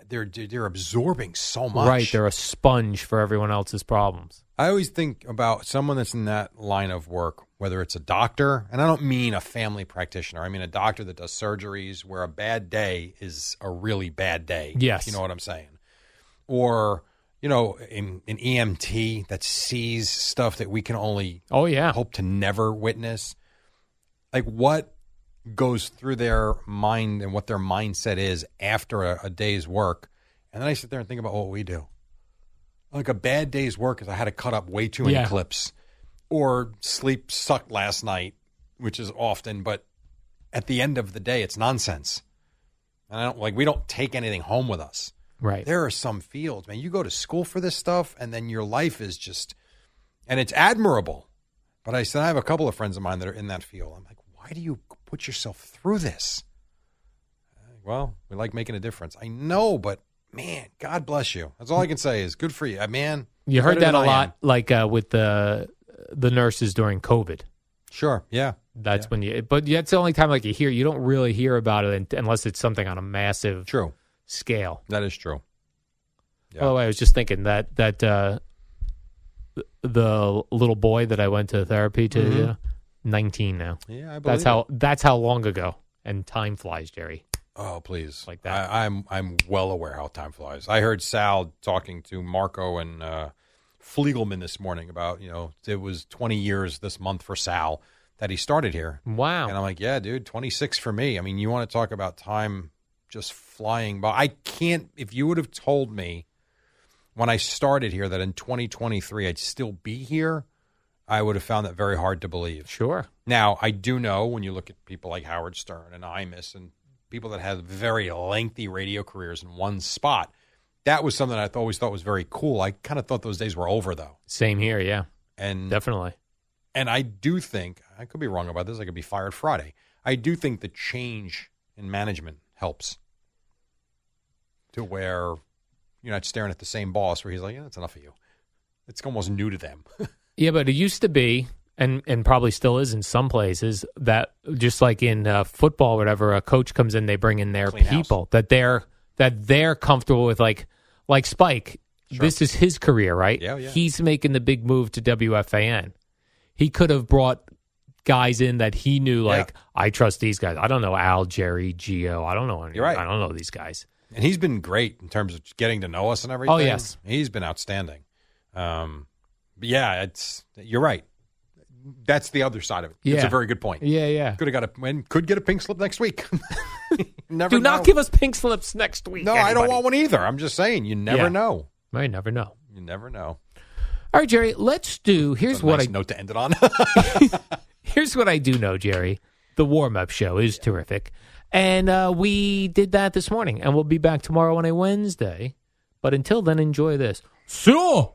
[SPEAKER 3] they're they're absorbing so much.
[SPEAKER 2] Right. They're a sponge for everyone else's problems.
[SPEAKER 3] I always think about someone that's in that line of work, whether it's a doctor, and I don't mean a family practitioner. I mean a doctor that does surgeries where a bad day is a really bad day. if
[SPEAKER 2] Yes.
[SPEAKER 3] You know what I'm saying? Or, you know, an an EMT that sees stuff that we can only
[SPEAKER 2] Oh yeah.
[SPEAKER 3] hope to never witness. Like what goes through their mind and what their mindset is after a, a day's work. And then I sit there and think about what we do. Like a bad day's work is I had to cut up way too many
[SPEAKER 2] Yeah.
[SPEAKER 3] clips or sleep sucked last night, which is often, but at the end of the day, it's nonsense. And I don't like, we don't take anything home with us
[SPEAKER 2] Right.
[SPEAKER 3] there are some fields, man. You go to school for this stuff, and then your life is just, and it's admirable. But I said I have a couple of friends of mine that are in that field. I'm like, why do you put yourself through this? Uh, Well, we like making a difference. I know, but man, God bless you. That's all I can say is good for you, Uh, man.
[SPEAKER 2] You heard
[SPEAKER 3] better
[SPEAKER 2] that
[SPEAKER 3] than
[SPEAKER 2] a
[SPEAKER 3] I am.
[SPEAKER 2] lot like uh, with the the nurses during COVID.
[SPEAKER 3] Sure. Yeah.
[SPEAKER 2] That's when you, but that's the only time like you hear. You don't really hear about it un- unless it's something on a massive
[SPEAKER 3] True.
[SPEAKER 2] scale.
[SPEAKER 3] That is true. Yeah.
[SPEAKER 2] By the way, I was just thinking that that uh, th- the little boy that I went to therapy to, uh, nineteen now.
[SPEAKER 3] Yeah, I Mm-hmm. believe
[SPEAKER 2] That's how that's how long ago. And time flies, Jerry.
[SPEAKER 3] Oh, please!
[SPEAKER 2] Like that.
[SPEAKER 3] I, I'm I'm well aware how time flies. I heard Sal talking to Marco and uh, Fliegelman this morning about you know it was 20 years this month for Sal that he started here,
[SPEAKER 2] Wow.
[SPEAKER 3] and I'm like, yeah, dude, 26 for me. I mean, you want to talk about time just flying by? I can't. If you would have told me when I started here that in 2023 I'd still be here, I would have found that very hard to believe.
[SPEAKER 2] sure.
[SPEAKER 3] Now, I do know when you look at people like Howard Stern and Imus and people that have very lengthy radio careers in one spot, that was something I th- always thought was very cool. I kind of thought those days were over though.
[SPEAKER 2] Same here. Yeah.
[SPEAKER 3] And
[SPEAKER 2] Definitely.
[SPEAKER 3] and I do think I could be wrong about this. I could be fired Friday. I do think the change in management helps to where you're not staring at the same boss where he's like, "Yeah, that's enough of you." It's almost new to them.
[SPEAKER 2] Yeah, but it used to be, and and probably still is in some places that just like in uh, football, or whatever, a coach comes in, they bring in their
[SPEAKER 3] Clean house.
[SPEAKER 2] people that they're that they're comfortable with, like like Spike. This is his career, right?
[SPEAKER 3] Yeah, yeah.
[SPEAKER 2] He's making the big move to WFAN. He could have brought guys in that he knew,
[SPEAKER 3] Yeah.
[SPEAKER 2] like I trust these guys. I don't know Al, Jerry, Gio. I don't know any.
[SPEAKER 3] You're right.
[SPEAKER 2] I don't know these guys.
[SPEAKER 3] And he's been great in terms of getting to know us and everything.
[SPEAKER 2] Oh, yes.
[SPEAKER 3] He's been outstanding. Um, but yeah, it's you're right. That's the other side of it. It's
[SPEAKER 2] Yeah.
[SPEAKER 3] a very good point.
[SPEAKER 2] Yeah, yeah.
[SPEAKER 3] Could have got a and could get a pink slip next week. [LAUGHS] never
[SPEAKER 2] Do not
[SPEAKER 3] know.
[SPEAKER 2] give us pink slips next week.
[SPEAKER 3] No, I don't
[SPEAKER 2] anybody.
[SPEAKER 3] want one either. I'm just saying, you never
[SPEAKER 2] Yeah.
[SPEAKER 3] know.
[SPEAKER 2] I never know.
[SPEAKER 3] You never know.
[SPEAKER 2] All right, Jerry. Let's do. Here's
[SPEAKER 3] It's a
[SPEAKER 2] what
[SPEAKER 3] nice
[SPEAKER 2] I
[SPEAKER 3] note to end it on. [LAUGHS]
[SPEAKER 2] here's what I do know, Jerry. The warm up show is terrific, and uh, we did that this morning, and we'll be back tomorrow on a Wednesday. But until then, enjoy this. So.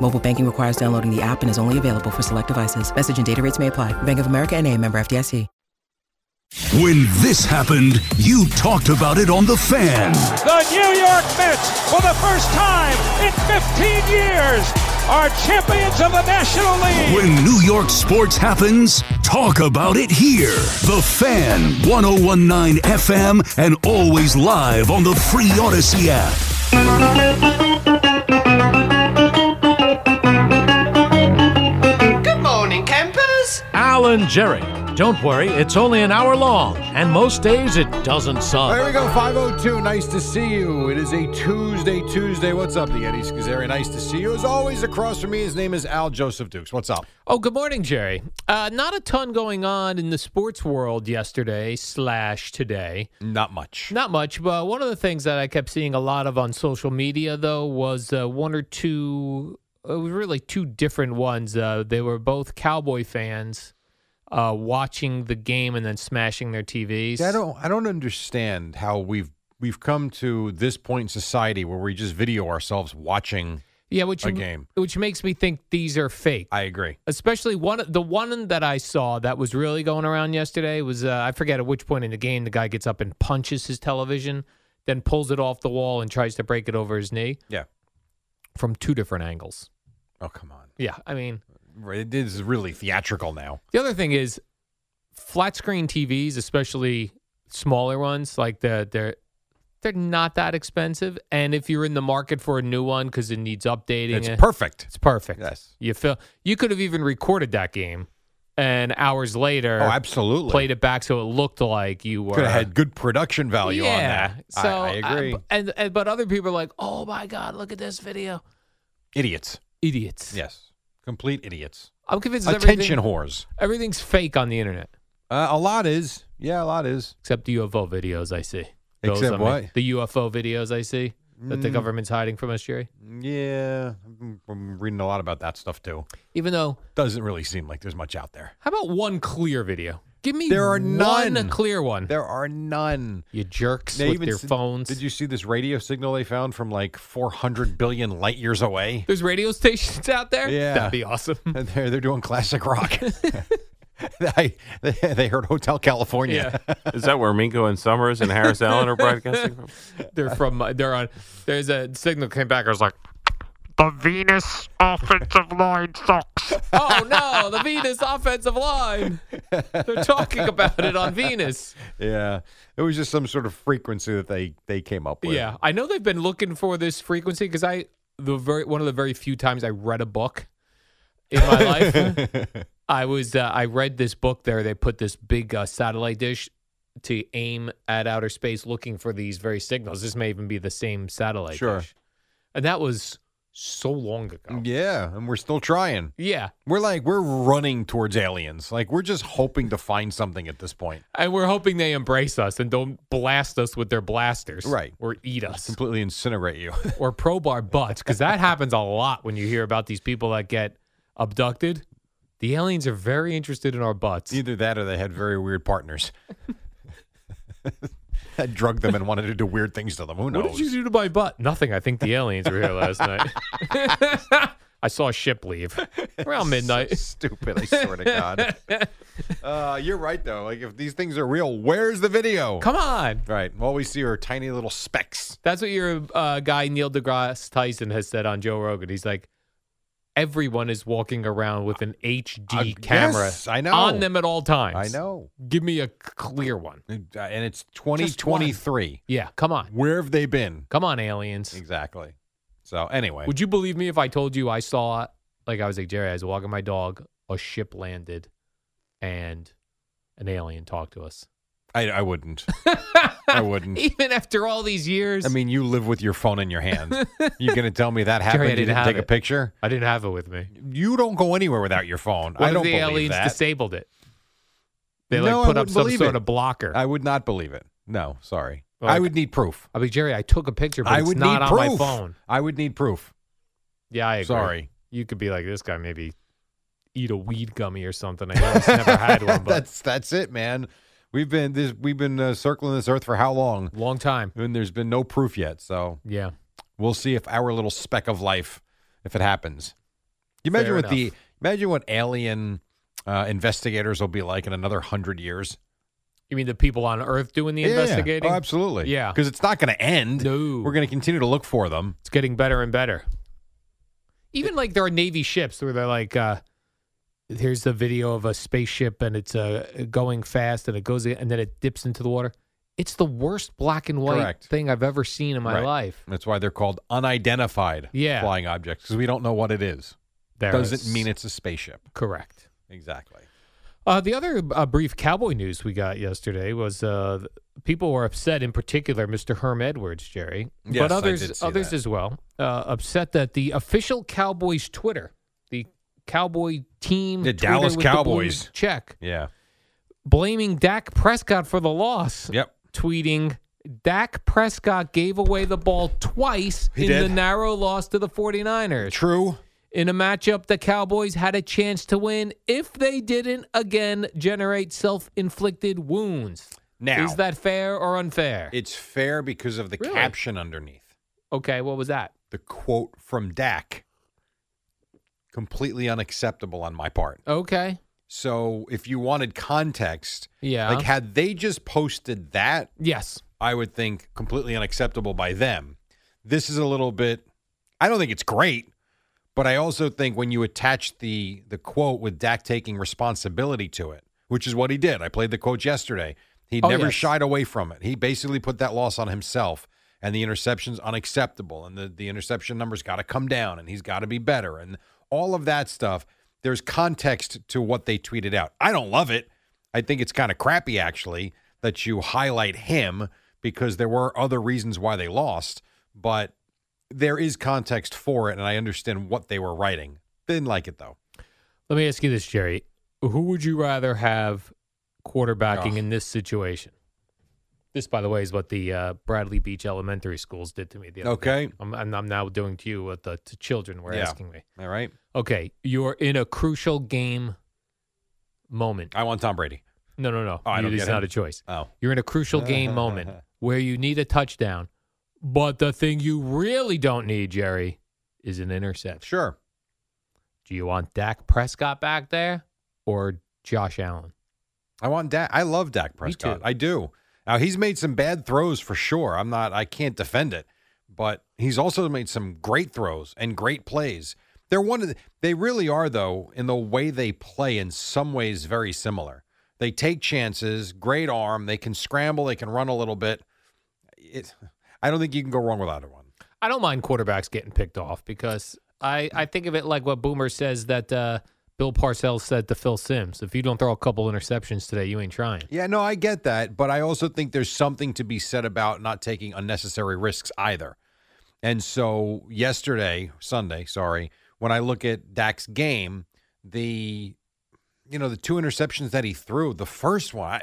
[SPEAKER 4] Mobile banking requires downloading the app and is only available for select devices. Message and data rates may apply. Bank of America and a member FDIC.
[SPEAKER 5] When this happened, you talked about it on The Fan.
[SPEAKER 6] The New York Mets, for the first time in 15 years, are champions of the National League.
[SPEAKER 5] When New York sports happens, talk about it here. The Fan, 1019 FM, and always live on the free Odyssey app.
[SPEAKER 7] Alan Jerry. Don't worry, it's only an hour long, and most days it doesn't
[SPEAKER 3] there
[SPEAKER 7] suck.
[SPEAKER 3] we go, 502. Nice to see you. It is a Tuesday, Tuesday. What's up, the Eddie Scazzeri? Nice to see you. As always, across from me, his name is Al Joseph Dukes. What's up?
[SPEAKER 2] Oh, good morning, Jerry. Uh, not a ton going on in the sports world yesterday slash today.
[SPEAKER 3] Not much.
[SPEAKER 2] Not much, but one of the things that I kept seeing a lot of on social media, though, was uh, one or two, it was really two different ones. Uh, they were both Cowboy fans uh, watching the game and then smashing their TVs.
[SPEAKER 3] I don't I don't understand how we've we've come to this point in society where we just video ourselves watching
[SPEAKER 2] yeah, which
[SPEAKER 3] a game.
[SPEAKER 2] which makes me think these are fake.
[SPEAKER 3] I agree.
[SPEAKER 2] especially one the one that I saw that was really going around yesterday was uh, I forget at which point in the game the guy gets up and punches his television, then pulls it off the wall and tries to break it over his knee
[SPEAKER 3] Yeah.
[SPEAKER 2] from two different angles.
[SPEAKER 3] Oh come on.
[SPEAKER 2] Yeah, I mean
[SPEAKER 3] Right, This is really theatrical now.
[SPEAKER 2] the other thing is flat screen TVs, especially smaller ones like the they're they're not that expensive, and if you're in the market for a new one because it needs updating,
[SPEAKER 3] It's
[SPEAKER 2] eh,
[SPEAKER 3] perfect.
[SPEAKER 2] It's perfect.
[SPEAKER 3] Yes.
[SPEAKER 2] you feel you could have even recorded that game, and hours later,
[SPEAKER 3] Oh, absolutely.
[SPEAKER 2] played it back so it looked like you were
[SPEAKER 3] Could have had good production value on
[SPEAKER 2] yeah.
[SPEAKER 3] that.
[SPEAKER 2] So uh,
[SPEAKER 3] I, I agree.
[SPEAKER 2] and, and but other people are like, "Oh my god, look at this video."
[SPEAKER 3] idiots.
[SPEAKER 2] Idiots.
[SPEAKER 3] Yes. Complete idiots.
[SPEAKER 2] I'm convinced everything,
[SPEAKER 3] Attention whores.
[SPEAKER 2] everything's fake on the internet
[SPEAKER 3] Uh, a lot is. Yeah, a lot is.
[SPEAKER 2] except the UFO videos I see.
[SPEAKER 3] Except
[SPEAKER 2] are
[SPEAKER 3] what? Mm.
[SPEAKER 2] my- The UFO videos I see that the government's hiding from us, Jerry.
[SPEAKER 3] Yeah. I'm- I'm reading a lot about that stuff too.
[SPEAKER 2] Even though
[SPEAKER 3] Doesn't really seem like there's much out there.
[SPEAKER 2] how about one clear video? Give me
[SPEAKER 3] There are
[SPEAKER 2] one
[SPEAKER 3] none.
[SPEAKER 2] clear one.
[SPEAKER 3] There are none.
[SPEAKER 2] you jerks
[SPEAKER 3] They
[SPEAKER 2] with
[SPEAKER 3] even
[SPEAKER 2] your
[SPEAKER 3] s-
[SPEAKER 2] phones.
[SPEAKER 3] Did you see this radio signal they found from like 400 billion light
[SPEAKER 2] [LAUGHS]
[SPEAKER 3] years away?
[SPEAKER 2] There's radio stations [LAUGHS] out there?
[SPEAKER 3] Yeah.
[SPEAKER 2] That'd be
[SPEAKER 3] [LAUGHS]
[SPEAKER 2] awesome. [LAUGHS]
[SPEAKER 3] And they're, they're doing classic rock. [LAUGHS] they, they, they heard Hotel California.
[SPEAKER 8] Is that where Minko and Summers and Harris Allen are broadcasting from?
[SPEAKER 2] uh, They're from. They're on. There's a signal came back. I was like,
[SPEAKER 9] [LAUGHS] The Venus offensive line sucks.
[SPEAKER 2] Oh no, the Venus offensive line. They're talking about it on Venus.
[SPEAKER 3] [LAUGHS] Yeah, it was just some sort of frequency that they they came up with.
[SPEAKER 2] Yeah, I know they've been looking for this frequency because I the very one of the very few times I read a book in my life.
[SPEAKER 3] [LAUGHS]
[SPEAKER 2] I was uh, I read this book there. They put this big uh, satellite dish to aim at outer space, looking for these very signals. This may even be the same satellite.
[SPEAKER 3] Sure.
[SPEAKER 2] dish. and that was so long ago.
[SPEAKER 3] Yeah, and we're still trying.
[SPEAKER 2] Yeah,
[SPEAKER 3] We're like we're running towards aliens. Like we're just hoping to find something at this point.
[SPEAKER 2] and we're hoping they embrace us and don't blast us with their blasters,
[SPEAKER 3] Right.
[SPEAKER 2] Or eat us.
[SPEAKER 3] Completely incinerate you.
[SPEAKER 2] or probe our butts because that happens a lot when you hear about these people that get abducted. The aliens are very interested in our butts.
[SPEAKER 3] [LAUGHS] Either that or they had very
[SPEAKER 2] [LAUGHS]
[SPEAKER 3] weird partners. [LAUGHS] I drugged them and wanted to do weird things to them. Who knows?
[SPEAKER 2] What did you do to my butt? Nothing. I think the aliens were here last night. [LAUGHS] I saw a ship leave around midnight.
[SPEAKER 3] [LAUGHS] stupid. I swear
[SPEAKER 2] [LAUGHS]
[SPEAKER 3] to God. Uh, you're right though. Like if these things are real, where's the video?
[SPEAKER 2] Come on.
[SPEAKER 3] Right. All we see are tiny little specks.
[SPEAKER 2] That's what your uh, guy Neil deGrasse Tyson has said on Joe Rogan. He's like, everyone is walking around with an HD
[SPEAKER 3] Uh,
[SPEAKER 2] camera
[SPEAKER 3] yes, I know.
[SPEAKER 2] on them at all times.
[SPEAKER 3] I know.
[SPEAKER 2] Give me a clear one.
[SPEAKER 3] And uh, and it's 2023.
[SPEAKER 2] Yeah, come on.
[SPEAKER 3] Where have they been?
[SPEAKER 2] Come on, aliens.
[SPEAKER 3] Exactly. So anyway,
[SPEAKER 2] Would you believe me if I told you I saw, like, I was like, Jerry, I was walking my dog, a ship landed, and an alien talked to us?
[SPEAKER 3] I,
[SPEAKER 2] [LAUGHS]
[SPEAKER 3] I wouldn't. I wouldn't.
[SPEAKER 2] Even after all these years,
[SPEAKER 3] Mm. I mean, you live with your phone in
[SPEAKER 2] [LAUGHS]
[SPEAKER 3] your hand. You're going to tell me that happened?
[SPEAKER 2] Jerry, I
[SPEAKER 3] you
[SPEAKER 2] didn't
[SPEAKER 3] didn't
[SPEAKER 2] have
[SPEAKER 3] take a
[SPEAKER 2] it.
[SPEAKER 3] picture.
[SPEAKER 2] I didn't have it with me.
[SPEAKER 3] You don't go anywhere without your phone.
[SPEAKER 2] What
[SPEAKER 3] I don't
[SPEAKER 2] if the
[SPEAKER 3] believe
[SPEAKER 2] aliens
[SPEAKER 3] that.
[SPEAKER 2] disabled it? They like
[SPEAKER 3] No, I
[SPEAKER 2] put up
[SPEAKER 3] wouldn't
[SPEAKER 2] some
[SPEAKER 3] believe
[SPEAKER 2] sort
[SPEAKER 3] it.
[SPEAKER 2] of blocker.
[SPEAKER 3] I would not believe it. No, sorry.
[SPEAKER 2] Well,
[SPEAKER 3] I
[SPEAKER 2] like-
[SPEAKER 3] would need proof.
[SPEAKER 2] I mean, Jerry, I took a picture, but
[SPEAKER 3] I
[SPEAKER 2] it's
[SPEAKER 3] would
[SPEAKER 2] not
[SPEAKER 3] need
[SPEAKER 2] on
[SPEAKER 3] proof.
[SPEAKER 2] my phone.
[SPEAKER 3] I would need proof.
[SPEAKER 2] Yeah, I agree.
[SPEAKER 3] Sorry.
[SPEAKER 2] You could be like this guy, maybe eat a weed gummy or something. I know he's never
[SPEAKER 3] [LAUGHS]
[SPEAKER 2] had one, but
[SPEAKER 3] [LAUGHS] that's that's it, man. We've been this, we've been uh, circling this earth for how long?
[SPEAKER 2] long time.
[SPEAKER 3] And there's been no proof yet. So
[SPEAKER 2] Yeah.
[SPEAKER 3] we'll see if our little speck of life, if it happens. You imagine
[SPEAKER 2] Fair
[SPEAKER 3] what the
[SPEAKER 2] enough.
[SPEAKER 3] imagine what alien uh, investigators will be like in another hundred years.
[SPEAKER 2] You mean the people on Earth doing the
[SPEAKER 3] Yeah,
[SPEAKER 2] investigating?
[SPEAKER 3] Oh, absolutely.
[SPEAKER 2] Yeah.
[SPEAKER 3] Because it's not going to end.
[SPEAKER 2] No.
[SPEAKER 3] We're going to continue to look for them.
[SPEAKER 2] It's getting better and better. Even like there are Navy ships where they're like, uh, here's the video of a spaceship and it's uh, going fast and it goes in, and then it dips into the water. It's the worst black and white
[SPEAKER 3] Correct.
[SPEAKER 2] thing I've ever seen in my
[SPEAKER 3] Right.
[SPEAKER 2] life.
[SPEAKER 3] That's why they're called unidentified
[SPEAKER 2] Yeah.
[SPEAKER 3] flying objects because we don't know what it is.
[SPEAKER 2] There
[SPEAKER 3] Doesn't
[SPEAKER 2] is-
[SPEAKER 3] mean it's a spaceship.
[SPEAKER 2] correct.
[SPEAKER 3] Exactly.
[SPEAKER 2] Uh, the other uh, brief cowboy news we got yesterday was uh, th- people were upset, in particular, Mr. Herm Edwards, Jerry,
[SPEAKER 3] Yes,
[SPEAKER 2] but
[SPEAKER 3] I
[SPEAKER 2] others,
[SPEAKER 3] did see
[SPEAKER 2] others
[SPEAKER 3] that.
[SPEAKER 2] as well, uh, upset that the official Cowboys Twitter, the Cowboy team,
[SPEAKER 3] The
[SPEAKER 2] Twitter
[SPEAKER 3] Dallas
[SPEAKER 2] with blue
[SPEAKER 3] Cowboys.
[SPEAKER 2] check
[SPEAKER 3] Yeah.
[SPEAKER 2] blaming Dak Prescott for the loss.
[SPEAKER 3] Yep.
[SPEAKER 2] tweeting. Dak Prescott gave away the ball twice
[SPEAKER 3] He
[SPEAKER 2] in
[SPEAKER 3] did.
[SPEAKER 2] the narrow loss to the 49ers
[SPEAKER 3] True.
[SPEAKER 2] in a matchup the Cowboys had a chance to win if they didn't again generate self-inflicted wounds.
[SPEAKER 3] Now
[SPEAKER 2] Is that fair or unfair?
[SPEAKER 3] it's fair because of the
[SPEAKER 2] Really?
[SPEAKER 3] caption underneath.
[SPEAKER 2] okay, what was that?
[SPEAKER 3] The quote from Dak. Completely unacceptable on my part.
[SPEAKER 2] Okay.
[SPEAKER 3] So if you wanted context,
[SPEAKER 2] Yeah.
[SPEAKER 3] like had they just posted that,
[SPEAKER 2] yes.
[SPEAKER 3] I would think completely unacceptable by them. This is a little bit I don't think it's great, but I also think when you attach the the quote with Dak taking responsibility to it, which is what he did. I played the quote yesterday. He
[SPEAKER 2] Oh,
[SPEAKER 3] never
[SPEAKER 2] yes.
[SPEAKER 3] shied away from it. He basically put that loss on himself and the interception's unacceptable and the, the interception number's gotta come down and he's gotta be better and all of that stuff. There's context to what they tweeted out. I don't love it. I think it's kind of crappy, actually, that you highlight him because there were other reasons why they lost, but there is context for it, and I understand what they were writing. Didn't like it though.
[SPEAKER 2] Let me ask you this, Jerry. Who would you rather have quarterbacking
[SPEAKER 3] Ugh.
[SPEAKER 2] in this situation? This, by the way, is what the uh, Bradley Beach Elementary Schools did to me the other
[SPEAKER 3] Okay.
[SPEAKER 2] day. I'm, I'm, I'm now doing to you what the to children were
[SPEAKER 3] Yeah.
[SPEAKER 2] asking me.
[SPEAKER 3] All right.
[SPEAKER 2] Okay, you're in a crucial game moment.
[SPEAKER 3] I want Tom Brady.
[SPEAKER 2] No, no, no.
[SPEAKER 3] Oh, I
[SPEAKER 2] You-
[SPEAKER 3] don't
[SPEAKER 2] it's
[SPEAKER 3] get him.
[SPEAKER 2] not a choice.
[SPEAKER 3] Oh.
[SPEAKER 2] You're in a
[SPEAKER 3] [LAUGHS]
[SPEAKER 2] crucial game moment where you need a touchdown, but the thing you really don't need, Jerry, is an interception.
[SPEAKER 3] Sure.
[SPEAKER 2] Do you want Dak Prescott back there or Josh Allen?
[SPEAKER 3] I want Dak. I love Dak Prescott.
[SPEAKER 2] too.
[SPEAKER 3] I do. Now he's made some bad throws for sure. I'm not I can't defend it. but he's also made some great throws and great plays. They're one of the, they really are though in the way they play in some ways very similar. They take chances, great arm, they can scramble, they can run a little bit. It, I don't think you can go wrong without one.
[SPEAKER 2] I don't mind quarterbacks getting picked off because I, I think of it like what Boomer says that uh, Bill Parcells said to Phil Sims. If you don't throw a couple interceptions today, you ain't trying.
[SPEAKER 3] Yeah, no, I get that, but I also think there's something to be said about not taking unnecessary risks either. And so yesterday, Sunday, sorry, when I look at Dak's game, the you know, the two interceptions that he threw, the first one, I,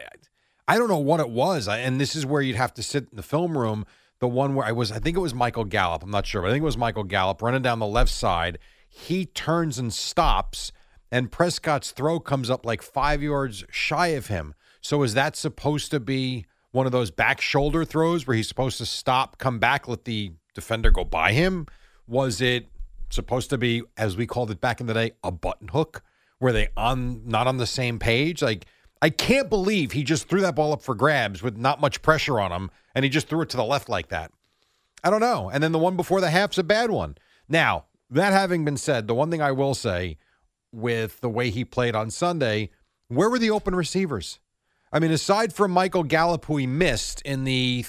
[SPEAKER 3] I don't know what it was. I, and this is where you'd have to sit in the film room. The one where I was, I think it was Michael Gallup. I'm not sure, but I think it was Michael Gallup running down the left side. He turns and stops, and Prescott's throw comes up like five yards shy of him. So is that supposed to be one of those back shoulder throws where he's supposed to stop, come back, let the defender go by him? Was it supposed to be, as we called it back in the day, a button hook? Were they on not on the same page? Like I can't believe he just threw that ball up for grabs with not much pressure on him, and he just threw it to the left like that. I don't know. And then the one before the half's a bad one. Now, that having been said, the one thing I will say with the way he played on Sunday, where were the open receivers? I mean, aside from Michael Gallup, who he missed in the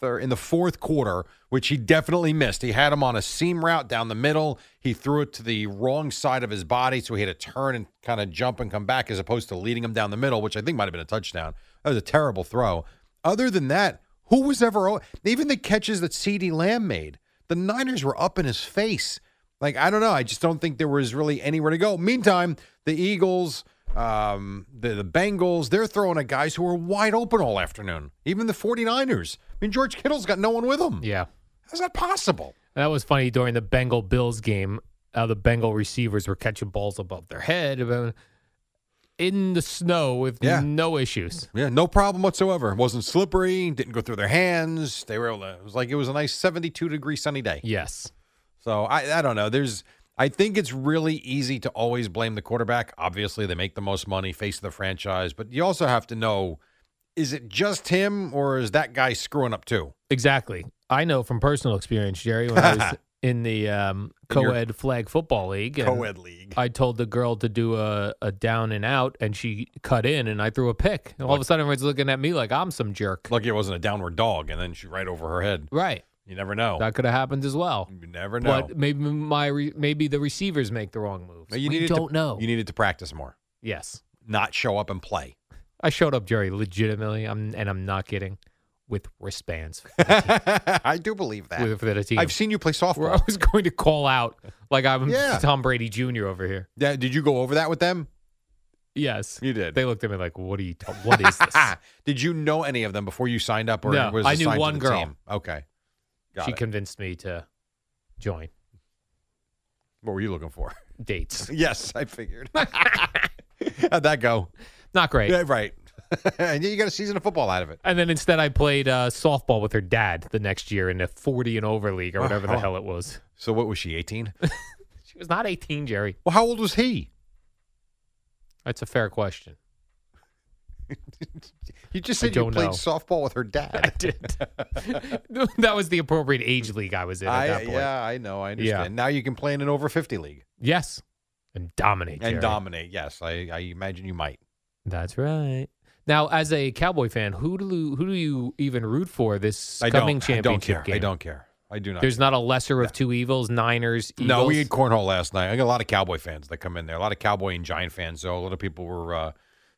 [SPEAKER 3] thir- in the fourth quarter, which he definitely missed. He had him on a seam route down the middle. He threw it to the wrong side of his body, so he had to turn and kind of jump and come back, as opposed to leading him down the middle, which I think might have been a touchdown. That was a terrible throw. Other than that, who was ever o- even the catches that C.D. Lamb made? The Niners were up in his face. Like I don't know. I just don't think there was really anywhere to go. Meantime, the Eagles, um, the, the Bengals, they're throwing at guys who are wide open all afternoon. Even the 49ers. I mean, George Kittle's got no one with him.
[SPEAKER 2] Yeah.
[SPEAKER 3] How's that possible?
[SPEAKER 2] That was funny during the Bengal Bills game. How the Bengal receivers were catching balls above their head uh, in the snow with
[SPEAKER 3] Yeah.
[SPEAKER 2] no issues.
[SPEAKER 3] Yeah, no problem whatsoever. It wasn't slippery, didn't go through their hands. They were able to, it was like it was a nice 72 degree sunny day.
[SPEAKER 2] Yes.
[SPEAKER 3] So I, I don't know. There's I think it's really easy to always blame the quarterback. Obviously, they make the most money, face of the franchise, but you also have to know is it just him or is that guy screwing up too?
[SPEAKER 2] Exactly. I know from personal experience, Jerry, when I
[SPEAKER 3] [LAUGHS]
[SPEAKER 2] was in the um,
[SPEAKER 3] In your-
[SPEAKER 2] co-ed flag football league. and
[SPEAKER 3] Co-ed league.
[SPEAKER 2] I told the girl to do a, a down and out, and she cut in, and I threw a pick. And all of a sudden, everyone's looking at me like I'm some jerk.
[SPEAKER 3] Lucky it wasn't a downward dog and then she right over her head.
[SPEAKER 2] Right.
[SPEAKER 3] You never know.
[SPEAKER 2] That could have happened as well.
[SPEAKER 3] You Oh. never know.
[SPEAKER 2] But maybe my re- maybe the receivers make the wrong moves.
[SPEAKER 3] you
[SPEAKER 2] we
[SPEAKER 3] needed
[SPEAKER 2] don't
[SPEAKER 3] to,
[SPEAKER 2] know.
[SPEAKER 3] You needed to practice more,
[SPEAKER 2] yes.
[SPEAKER 3] not show up and play.
[SPEAKER 2] I showed up, Jerry, legitimately, I'm, and I'm not kidding, with
[SPEAKER 3] [LAUGHS]
[SPEAKER 2] wristbands for
[SPEAKER 3] [LAUGHS] I do believe that.
[SPEAKER 2] the, for the team.
[SPEAKER 3] I've seen you play
[SPEAKER 2] Where
[SPEAKER 3] softball.
[SPEAKER 2] I was [LAUGHS] going to call out like I'm [LAUGHS]
[SPEAKER 3] Yeah.
[SPEAKER 2] Tom Brady Jr. over here.
[SPEAKER 3] Yeah, did you go over that with them?
[SPEAKER 2] Yes.
[SPEAKER 3] You did.
[SPEAKER 2] They looked at me like, "What are you? ta- what is
[SPEAKER 3] [LAUGHS]
[SPEAKER 2] this?"
[SPEAKER 3] Ah, did you know any of them before you signed up? Or
[SPEAKER 2] No,
[SPEAKER 3] was
[SPEAKER 2] I
[SPEAKER 3] this
[SPEAKER 2] knew
[SPEAKER 3] signed to
[SPEAKER 2] one
[SPEAKER 3] the
[SPEAKER 2] girl.
[SPEAKER 3] team? Okay. Got
[SPEAKER 2] she
[SPEAKER 3] it.
[SPEAKER 2] convinced me to join
[SPEAKER 3] What were you looking for? [LAUGHS]
[SPEAKER 2] dates.
[SPEAKER 3] yes,
[SPEAKER 2] [LAUGHS]
[SPEAKER 3] I figured. How'd that go?
[SPEAKER 2] Not great.
[SPEAKER 3] Yeah, right. [LAUGHS] and you got a season of football out of it.
[SPEAKER 2] And then instead, I played uh, softball with her dad the next year in a 40 and over league or whatever the
[SPEAKER 3] Wow.
[SPEAKER 2] hell it was.
[SPEAKER 3] So what was she, 18?
[SPEAKER 2] She was not 18, Jerry.
[SPEAKER 3] well, how old was he?
[SPEAKER 2] That's a fair
[SPEAKER 3] [LAUGHS]
[SPEAKER 2] question.
[SPEAKER 3] You just
[SPEAKER 2] I
[SPEAKER 3] said you
[SPEAKER 2] don't
[SPEAKER 3] played
[SPEAKER 2] know.
[SPEAKER 3] softball with her dad.
[SPEAKER 2] [LAUGHS] I did. that was the appropriate age league I was in at
[SPEAKER 3] I-
[SPEAKER 2] that point.
[SPEAKER 3] yeah, I know. I understand. Now you can play in an over 50 league
[SPEAKER 2] Yes. And dominate.
[SPEAKER 3] and
[SPEAKER 2] Jerry.
[SPEAKER 3] dominate. Yes, I, I imagine you might.
[SPEAKER 2] That's right. Now, as a Cowboy fan, who do you, who do you even root for this
[SPEAKER 3] I
[SPEAKER 2] coming
[SPEAKER 3] don't, I
[SPEAKER 2] championship
[SPEAKER 3] don't care.
[SPEAKER 2] game?
[SPEAKER 3] I don't care. I do not.
[SPEAKER 2] There's not a lesser of two evils. Niners. Eagles.
[SPEAKER 3] No, we had cornhole last night. I got a lot of Cowboy fans that come in there. A lot of Cowboy and Giant fans. So a lot of people were, uh,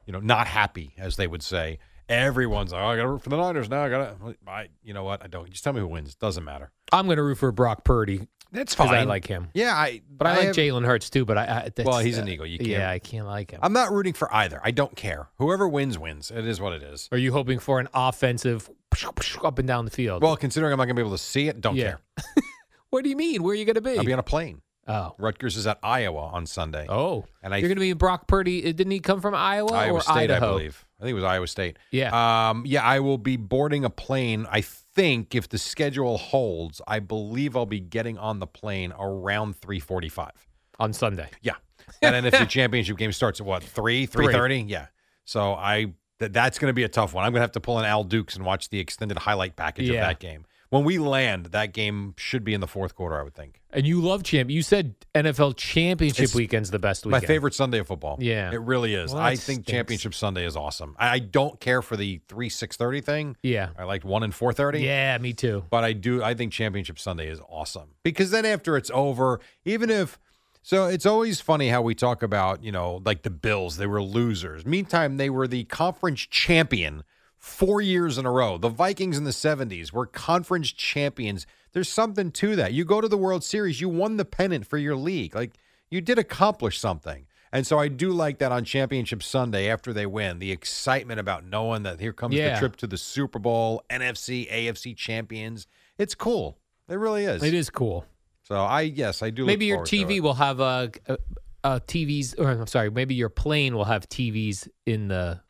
[SPEAKER 3] you know, not happy, as they would say. Everyone's like, oh, I got to root for the Niners now. I got to. I, you know what? I don't. Just tell me who wins. Doesn't matter.
[SPEAKER 2] I'm going to root for Brock Purdy
[SPEAKER 3] That's
[SPEAKER 2] because I like him.
[SPEAKER 3] Yeah, I.
[SPEAKER 2] But I, like
[SPEAKER 3] have-
[SPEAKER 2] Jalen Hurts too. But I, I that's, uh,
[SPEAKER 3] Well, he's an Eagle. You can't-
[SPEAKER 2] Yeah, I can't like him.
[SPEAKER 3] I'm not rooting for either. I don't care. Whoever wins wins. It is what it is.
[SPEAKER 2] Are you hoping for an offensive [LAUGHS] up and down the field?
[SPEAKER 3] Well, considering I'm not going to be able to see it, don't
[SPEAKER 2] Yeah.
[SPEAKER 3] care.
[SPEAKER 2] what do you mean? Where are you going to be?
[SPEAKER 3] I'll be on a plane.
[SPEAKER 2] oh,
[SPEAKER 3] Rutgers is at Iowa on Sunday.
[SPEAKER 2] oh,
[SPEAKER 3] and I
[SPEAKER 2] you're going to be Brock Purdy. uh, Didn't he come from Iowa
[SPEAKER 3] Iowa
[SPEAKER 2] or
[SPEAKER 3] State,
[SPEAKER 2] Idaho?
[SPEAKER 3] I believe. I think it was Iowa State.
[SPEAKER 2] Yeah.
[SPEAKER 3] Um, yeah, I will be boarding a plane. I think if the schedule holds, I believe I'll be getting on the plane around three forty-five.
[SPEAKER 2] on Sunday.
[SPEAKER 3] Yeah, and then if
[SPEAKER 2] [LAUGHS]
[SPEAKER 3] the championship game starts at what three three thirty? Yeah. So I th- that's going to be a tough one. I'm going to have to pull an Al Dukes and watch the extended highlight package
[SPEAKER 2] Yeah.
[SPEAKER 3] of that game. when we land, that game should be in the fourth quarter, I would think.
[SPEAKER 2] And you love champ. You said NFL Championship
[SPEAKER 3] It's
[SPEAKER 2] weekend's the best weekend.
[SPEAKER 3] My favorite Sunday of football.
[SPEAKER 2] Yeah.
[SPEAKER 3] It really is.
[SPEAKER 2] Well, that
[SPEAKER 3] I think
[SPEAKER 2] stinks.
[SPEAKER 3] Championship Sunday is awesome. I I don't care for the 3 630 thing.
[SPEAKER 2] Yeah.
[SPEAKER 3] I liked 1 and 430.
[SPEAKER 2] Yeah, me too.
[SPEAKER 3] But I do I think Championship Sunday is awesome. Because then after it's over, even if so it's always funny how we talk about, you know, like the Bills, they were losers. Meantime, they were the conference champion 4 years in a row. The Vikings in the 70s were conference champions. There's something to that. You go to the World Series, you won the pennant for your league. Like you did accomplish something. And so I do like that on Championship Sunday after they win, the excitement about knowing that here comes
[SPEAKER 2] Yeah.
[SPEAKER 3] the trip to the Super Bowl, NFC, AFC champions. It's cool. It really is.
[SPEAKER 2] It is cool.
[SPEAKER 3] So I yes, I do.
[SPEAKER 2] Maybe
[SPEAKER 3] look
[SPEAKER 2] your
[SPEAKER 3] forward to
[SPEAKER 2] TV
[SPEAKER 3] it.
[SPEAKER 2] will have uh, uh, uh, TVs, or I'm sorry, maybe your plane will have TVs in the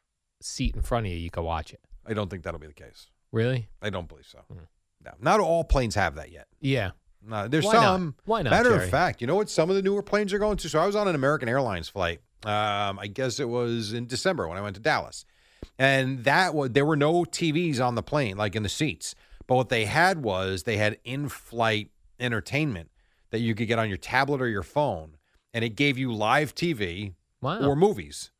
[SPEAKER 2] seat in front of you. You can watch it.
[SPEAKER 3] I don't think that'll be the case.
[SPEAKER 2] Really?
[SPEAKER 3] I don't believe so.
[SPEAKER 2] Hmm.
[SPEAKER 3] No, not all planes have that yet.
[SPEAKER 2] Yeah.
[SPEAKER 3] No, there's
[SPEAKER 2] Why not?
[SPEAKER 3] some.
[SPEAKER 2] Why not,
[SPEAKER 3] Matter
[SPEAKER 2] Jerry?
[SPEAKER 3] of fact, you know what? Some of the newer planes are going to. So I was on an American Airlines flight. Um, I guess it was in December when I went to Dallas, and that was there were no TVs on the plane, like in the seats. But what they had was they had in-flight entertainment that you could get on your tablet or your phone, and it gave you live TV
[SPEAKER 2] Wow.
[SPEAKER 3] or movies.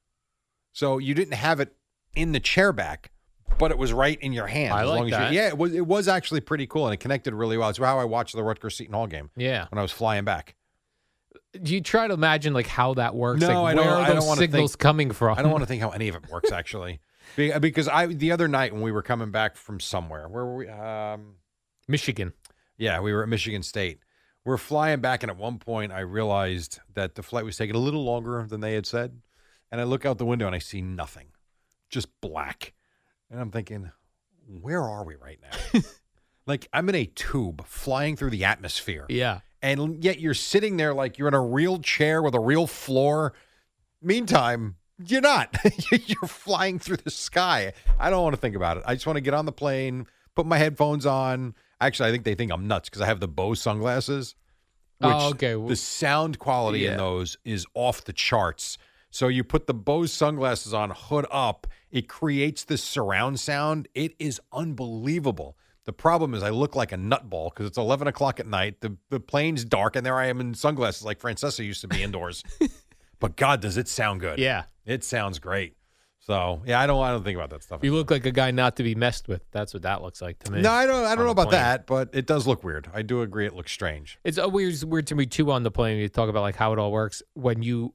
[SPEAKER 3] So you didn't have it in the chair back, but it was right in your hand.
[SPEAKER 2] I
[SPEAKER 3] as
[SPEAKER 2] like
[SPEAKER 3] long as you-
[SPEAKER 2] that.
[SPEAKER 3] yeah, it was it was actually pretty cool and it connected really well. It's how I watched the Rutgers Seton Hall game
[SPEAKER 2] Yeah.
[SPEAKER 3] when I was flying back.
[SPEAKER 2] Do you try to imagine like how that works?
[SPEAKER 3] No,
[SPEAKER 2] like,
[SPEAKER 3] I
[SPEAKER 2] where
[SPEAKER 3] don't.
[SPEAKER 2] are
[SPEAKER 3] I
[SPEAKER 2] those
[SPEAKER 3] don't want
[SPEAKER 2] signals
[SPEAKER 3] think,
[SPEAKER 2] coming from? [LAUGHS]
[SPEAKER 3] I don't want to think how any of it works actually, Be- because I the other night when we were coming back from somewhere, where were we? Um,
[SPEAKER 2] Michigan.
[SPEAKER 3] yeah, we were at Michigan State. We're flying back, and at one point, I realized that the flight was taking a little longer than they had said. And I look out the window and I see nothing, just black. And I'm thinking, where are we right now? like I'm in a tube flying through the atmosphere.
[SPEAKER 2] Yeah.
[SPEAKER 3] And yet you're sitting there like you're in a real chair with a real floor. Meantime, you're not. [LAUGHS] you're flying through the sky. I don't want to think about it. I just want to get on the plane, put my headphones on. Actually, I think they think I'm nuts because I have the Bose sunglasses. Which
[SPEAKER 2] Oh, okay.
[SPEAKER 3] The sound quality in
[SPEAKER 2] Yeah.
[SPEAKER 3] those is off the charts. So you put the Bose sunglasses on, hood up, it creates this surround sound. It is unbelievable. The problem is I look like a nutball because it's 11 o'clock at night. The, the plane's dark, and there I am in sunglasses like Francesca used to be [LAUGHS] indoors. but God, does it sound good.
[SPEAKER 2] Yeah.
[SPEAKER 3] It sounds great. So, yeah, I don't, I don't think about that stuff.
[SPEAKER 2] You look like a guy not to be messed with. That's what that looks like to me.
[SPEAKER 3] No, I don't. I
[SPEAKER 2] on
[SPEAKER 3] don't know
[SPEAKER 2] the
[SPEAKER 3] about
[SPEAKER 2] plane.
[SPEAKER 3] that, but it does look weird. I do agree, it looks strange.
[SPEAKER 2] It's always weird to me too on the plane. You talk about like how it all works when you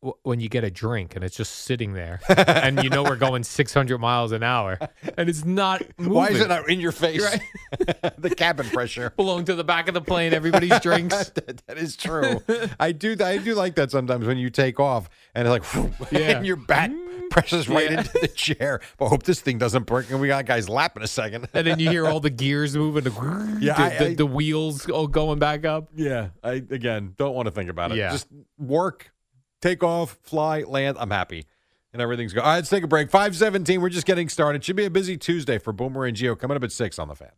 [SPEAKER 2] w- when you get a drink and it's just sitting
[SPEAKER 3] [LAUGHS]
[SPEAKER 2] there, and you know we're going 600 miles an hour, and it's not. Moving.
[SPEAKER 3] [LAUGHS] Why is it not in your face? [LAUGHS] the cabin pressure.
[SPEAKER 2] belong to the back of the plane?
[SPEAKER 3] [LAUGHS]
[SPEAKER 2] Everybody's drinks.
[SPEAKER 3] that, that is true. I do. I do like that sometimes when you take off and it's like, [LAUGHS]
[SPEAKER 2] Yeah.
[SPEAKER 3] and your back presses right
[SPEAKER 2] Yeah.
[SPEAKER 3] into the chair. [LAUGHS] But hope this thing doesn't break. And we got a guy's lap in a second.
[SPEAKER 2] And
[SPEAKER 3] [LAUGHS]
[SPEAKER 2] then you hear all the gears moving, the,
[SPEAKER 3] Yeah,
[SPEAKER 2] the,
[SPEAKER 3] I-
[SPEAKER 2] the,
[SPEAKER 3] I-
[SPEAKER 2] the wheels all going back up.
[SPEAKER 3] yeah. I again don't want to think about it.
[SPEAKER 2] Yeah.
[SPEAKER 3] Just work, take off, fly, land. I'm happy. And everything's good. All right, let's take a break. 517. We're just getting started. Should be a busy Tuesday for Boomer and Geo coming up at 6 on the fan.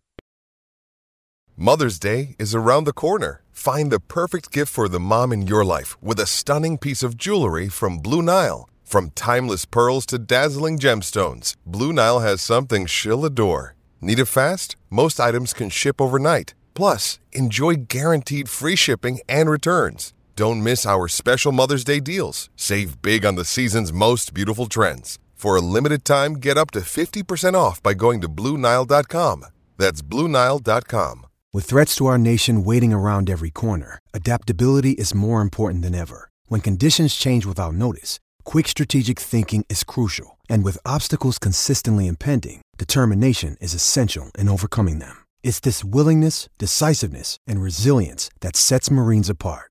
[SPEAKER 10] Mother's Day is around the corner. Find the perfect gift for the mom in your life with a stunning piece of jewelry from Blue Nile. From timeless pearls to dazzling gemstones, Blue Nile has something she'll adore. Need it fast? Most items can ship overnight. Plus, enjoy guaranteed free shipping and returns. Don't miss our special Mother's Day deals. Save big on the season's most beautiful trends. For a limited time, get up to 50% off by going to BlueNile.com. That's BlueNile.com.
[SPEAKER 11] With threats to our nation waiting around every corner, adaptability is more important than ever. When conditions change without notice, quick strategic thinking is crucial, and with obstacles consistently impending, determination is essential in overcoming them. It's this willingness, decisiveness, and resilience that sets Marines apart.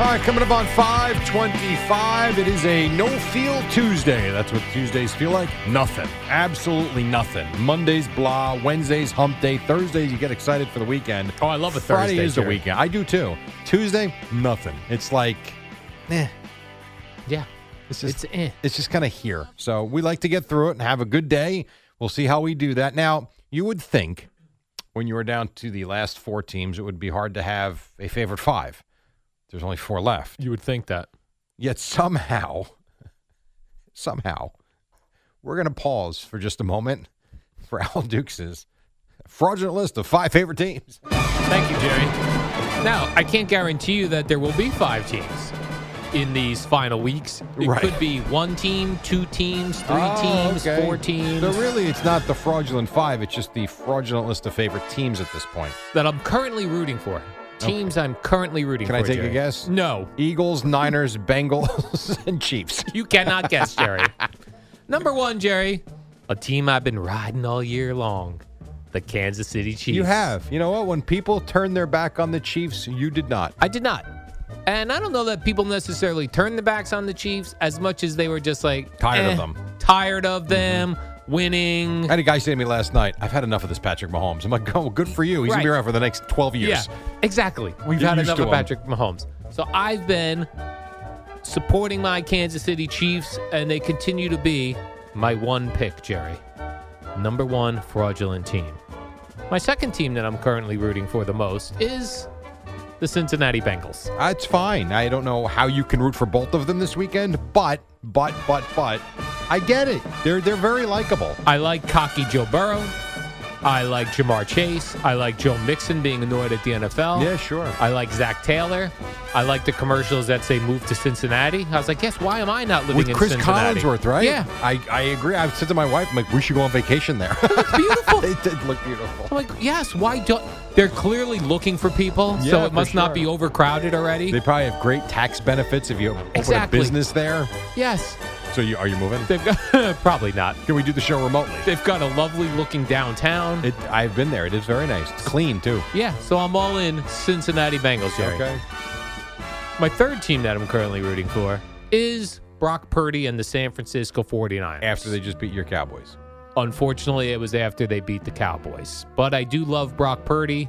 [SPEAKER 3] All right, coming up on 525, it is a no feel Tuesday. That's what Tuesdays feel like. Nothing. Absolutely nothing. Mondays, blah. Wednesdays, hump day. Thursdays, you get excited for the weekend.
[SPEAKER 2] Oh, I love a
[SPEAKER 3] Friday
[SPEAKER 2] Thursday,
[SPEAKER 3] is the
[SPEAKER 2] Jerry.
[SPEAKER 3] weekend. I do too. Tuesday, nothing. It's like, eh.
[SPEAKER 2] Yeah. eh.
[SPEAKER 3] It's just, it's, just kind of here. So we like to get through it and have a good day. We'll see how we do that. Now, you would think when you were down to the last four teams, it would be hard to have a favorite five. There's only four left.
[SPEAKER 2] You would think that.
[SPEAKER 3] Yet somehow, [LAUGHS] somehow, we're going to pause for just a moment for [LAUGHS] Al Dukes's fraudulent list of five favorite teams.
[SPEAKER 2] Thank you, Jerry. Now, I can't guarantee you that there will be five teams in these final weeks. It
[SPEAKER 3] Right.
[SPEAKER 2] could be one team, two teams, three
[SPEAKER 3] Oh,
[SPEAKER 2] teams,
[SPEAKER 3] okay.
[SPEAKER 2] four teams.
[SPEAKER 3] So really, it's not the fraudulent five. It's just the fraudulent list of favorite teams at this point.
[SPEAKER 2] that I'm currently rooting for. Teams I'm currently rooting
[SPEAKER 3] Oh. Can
[SPEAKER 2] for.
[SPEAKER 3] I take
[SPEAKER 2] Jerry.
[SPEAKER 3] a guess?
[SPEAKER 2] No.
[SPEAKER 3] Eagles, Niners, Bengals, [LAUGHS] and Chiefs.
[SPEAKER 2] You cannot guess,
[SPEAKER 3] [LAUGHS]
[SPEAKER 2] Jerry. Number one, Jerry, a team I've been riding all year long, the Kansas City Chiefs.
[SPEAKER 3] You have. You know what? When people turn their back on the Chiefs, you did not.
[SPEAKER 2] I did not. And I don't know that people necessarily turned their backs on the Chiefs as much as they were just like
[SPEAKER 3] Tired of
[SPEAKER 2] eh,
[SPEAKER 3] them. Mm-hmm.
[SPEAKER 2] Tired of them winning.
[SPEAKER 3] I had a guy say to me last night, I've had enough of this Patrick Mahomes. I'm like, oh, good for you. He's going to be
[SPEAKER 2] Right.
[SPEAKER 3] around for the next 12 years.
[SPEAKER 2] Yeah, exactly. We've
[SPEAKER 3] Get
[SPEAKER 2] had
[SPEAKER 3] used
[SPEAKER 2] enough
[SPEAKER 3] to
[SPEAKER 2] of
[SPEAKER 3] him.
[SPEAKER 2] Patrick Mahomes. So I've been supporting my Kansas City Chiefs, and they continue to be my one pick, Jerry. Number one fraudulent team. My second team that I'm currently rooting for the most is the Cincinnati Bengals.
[SPEAKER 3] That's fine. I don't know how you can root for both of them this weekend, but, but, but, but, I get it. They're, they're very likable.
[SPEAKER 2] I like cocky Joe Burrow. I like Jamar Chase. I like Joe Mixon being annoyed at the NFL.
[SPEAKER 3] Yeah, sure.
[SPEAKER 2] I like Zach Taylor. I like the commercials that say move to Cincinnati. I was like, yes, why am I not living
[SPEAKER 3] With
[SPEAKER 2] in
[SPEAKER 3] Chris
[SPEAKER 2] Cincinnati?
[SPEAKER 3] Collinsworth, right?
[SPEAKER 2] Yeah.
[SPEAKER 3] I, I agree. I've said to my wife, I'm like, we should go on vacation there. [LAUGHS]
[SPEAKER 2] beautiful.
[SPEAKER 3] they did look beautiful.
[SPEAKER 2] I'm like, yes, why don't they're clearly looking for people,
[SPEAKER 3] Yeah,
[SPEAKER 2] so
[SPEAKER 3] for
[SPEAKER 2] it must
[SPEAKER 3] sure.
[SPEAKER 2] not be overcrowded already.
[SPEAKER 3] They probably have great tax benefits if you open
[SPEAKER 2] Exactly.
[SPEAKER 3] a business there.
[SPEAKER 2] yes.
[SPEAKER 3] So you are you moving?
[SPEAKER 2] They've got [LAUGHS] probably not.
[SPEAKER 3] Can we do the show remotely?
[SPEAKER 2] They've got a lovely looking downtown.
[SPEAKER 3] It, I've been there. It is very nice. It's clean too.
[SPEAKER 2] yeah, so I'm all in Cincinnati Bengals, Jerry.
[SPEAKER 3] Okay.
[SPEAKER 2] My third team that I'm currently rooting for is Brock Purdy and the San Francisco 49ers.
[SPEAKER 3] After they just beat your Cowboys.
[SPEAKER 2] Unfortunately, it was after they beat the Cowboys. But I do love Brock Purdy,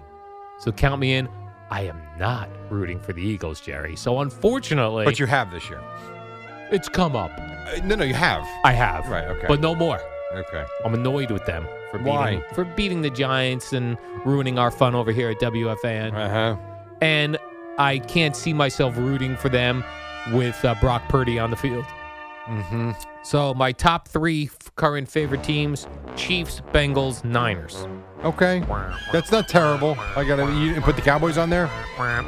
[SPEAKER 2] so count me in. I am not rooting for the Eagles, Jerry. So unfortunately,
[SPEAKER 3] But you have this year.
[SPEAKER 2] it's come up.
[SPEAKER 3] Uh, no, no, you have.
[SPEAKER 2] I have.
[SPEAKER 3] Right, okay.
[SPEAKER 2] But no more.
[SPEAKER 3] Okay.
[SPEAKER 2] I'm annoyed with them for beating,
[SPEAKER 3] Why?
[SPEAKER 2] for beating the Giants and ruining our fun over here at WFAN.
[SPEAKER 3] Uh huh.
[SPEAKER 2] And I can't see myself rooting for them with uh, Brock Purdy on the field.
[SPEAKER 3] Mm-hmm.
[SPEAKER 2] So my top three f- current favorite teams: Chiefs, Bengals, Niners.
[SPEAKER 3] Okay. That's not terrible. I gotta. You didn't put the Cowboys on there.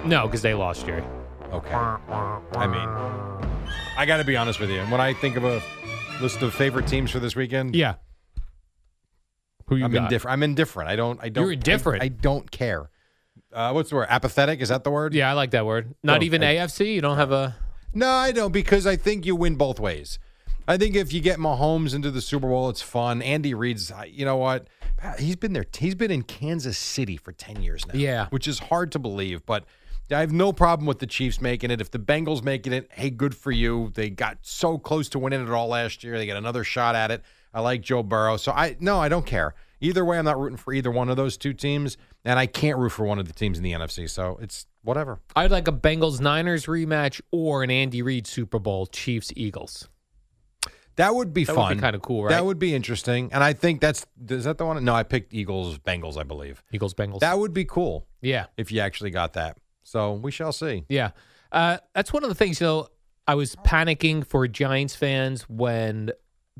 [SPEAKER 2] No, because they lost, Jerry.
[SPEAKER 3] Okay. I mean, I gotta be honest with you. When I think of a list of favorite teams for this weekend,
[SPEAKER 2] Yeah. Who you
[SPEAKER 3] I'm
[SPEAKER 2] got?
[SPEAKER 3] indifferent. I'm indifferent. I don't. I don't.
[SPEAKER 2] You're indifferent.
[SPEAKER 3] I, I don't care. Uh, what's the word? Apathetic? Is that the word?
[SPEAKER 2] Yeah, I like that word. Not
[SPEAKER 3] Don't-
[SPEAKER 2] even
[SPEAKER 3] Oh, I-
[SPEAKER 2] AFC. You don't have a.
[SPEAKER 3] No, I don't because I think you win both ways. I think if you get Mahomes into the Super Bowl, it's fun. Andy Reid's, I- you know what? He's been there. He's been in Kansas City for ten years now.
[SPEAKER 2] Yeah.
[SPEAKER 3] which is hard to believe, but I have no problem with the Chiefs making it. If the Bengals making it, hey, good for you. They got so close to winning it all last year. They got another shot at it. I like Joe Burrow, so I no, I don't care. Either way, I'm not rooting for either one of those two teams, and I can't root for one of the teams in the NFC. So it's whatever.
[SPEAKER 2] I'd like a Bengals Niners rematch or an Andy Reid Super Bowl Chiefs Eagles.
[SPEAKER 3] That would be
[SPEAKER 2] That would
[SPEAKER 3] fun.
[SPEAKER 2] be kinda cool,
[SPEAKER 3] That
[SPEAKER 2] right?
[SPEAKER 3] would be interesting. And I think that's is that the one? No, I picked Eagles Bengals, I believe.
[SPEAKER 2] Eagles Bengals.
[SPEAKER 3] That would be cool
[SPEAKER 2] yeah,
[SPEAKER 3] if you actually got that. So we shall see.
[SPEAKER 2] yeah. Uh, that's one of the things. You know, I was panicking for Giants fans when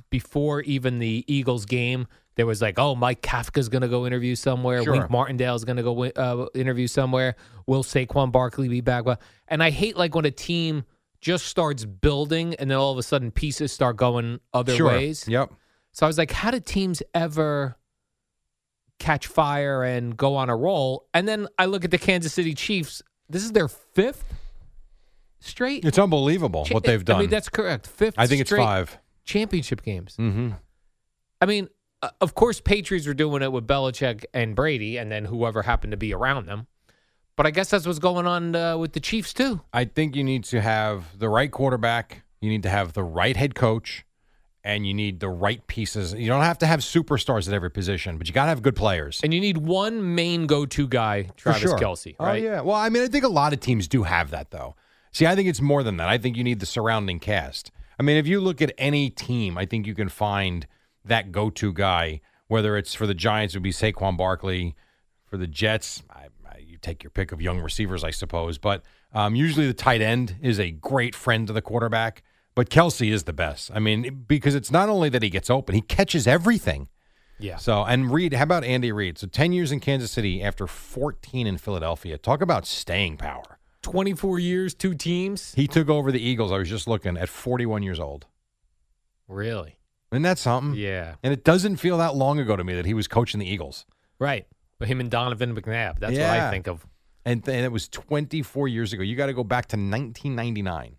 [SPEAKER 2] before even the Eagles game. There was like, oh, Mike Kafka's going to go interview somewhere.
[SPEAKER 3] Sure.
[SPEAKER 2] Wink Martindale's going to go uh, interview somewhere. Will Saquon Barkley be back? Well, And I hate like when a team just starts building and then all of a sudden pieces start going other
[SPEAKER 3] sure.
[SPEAKER 2] ways.
[SPEAKER 3] Yep.
[SPEAKER 2] So I was like, how do teams ever catch fire and go on a roll? And then I look at the Kansas City Chiefs. This is their fifth straight.
[SPEAKER 3] It's unbelievable what they've done.
[SPEAKER 2] I mean, that's correct. Fifth.
[SPEAKER 3] I think it's
[SPEAKER 2] straight
[SPEAKER 3] five.
[SPEAKER 2] championship games.
[SPEAKER 3] Mm-hmm.
[SPEAKER 2] I mean, uh, of course, Patriots were doing it with Belichick and Brady, and then whoever happened to be around them. But I guess that's what's going on uh, with the Chiefs too.
[SPEAKER 3] I think you need to have the right quarterback. You need to have the right head coach, and you need the right pieces. You don't have to have superstars at every position, but you got to have good players.
[SPEAKER 2] And you need one main go-to guy, Travis
[SPEAKER 3] sure.
[SPEAKER 2] Kelsey.
[SPEAKER 3] Oh,
[SPEAKER 2] Right?
[SPEAKER 3] yeah. Well, I mean, I think a lot of teams do have that though. See, I think it's more than that. I think you need the surrounding cast. I mean, if you look at any team, I think you can find that go-to guy. Whether it's for the Giants, it would be Saquon Barkley. For the Jets, I, I, you take your pick of young receivers, I suppose. But um, usually, the tight end is a great friend to the quarterback. But Kelsey is the best. I mean, because it's not only that he gets open, he catches everything.
[SPEAKER 2] Yeah.
[SPEAKER 3] So, and Reed, how about Andy Reid? So, 10 years in Kansas City after 14 in Philadelphia. Talk about staying power.
[SPEAKER 2] 24 years, two teams.
[SPEAKER 3] He took over the Eagles, I was just looking, at 41 years old.
[SPEAKER 2] Really?
[SPEAKER 3] Isn't that something?
[SPEAKER 2] Yeah.
[SPEAKER 3] And it doesn't feel that long ago to me that he was coaching the Eagles.
[SPEAKER 2] Right. But him and Donovan McNabb. That's what I
[SPEAKER 3] Yeah.
[SPEAKER 2] think of.
[SPEAKER 3] And, th- and it was 24 years ago. You got to go back to 1999.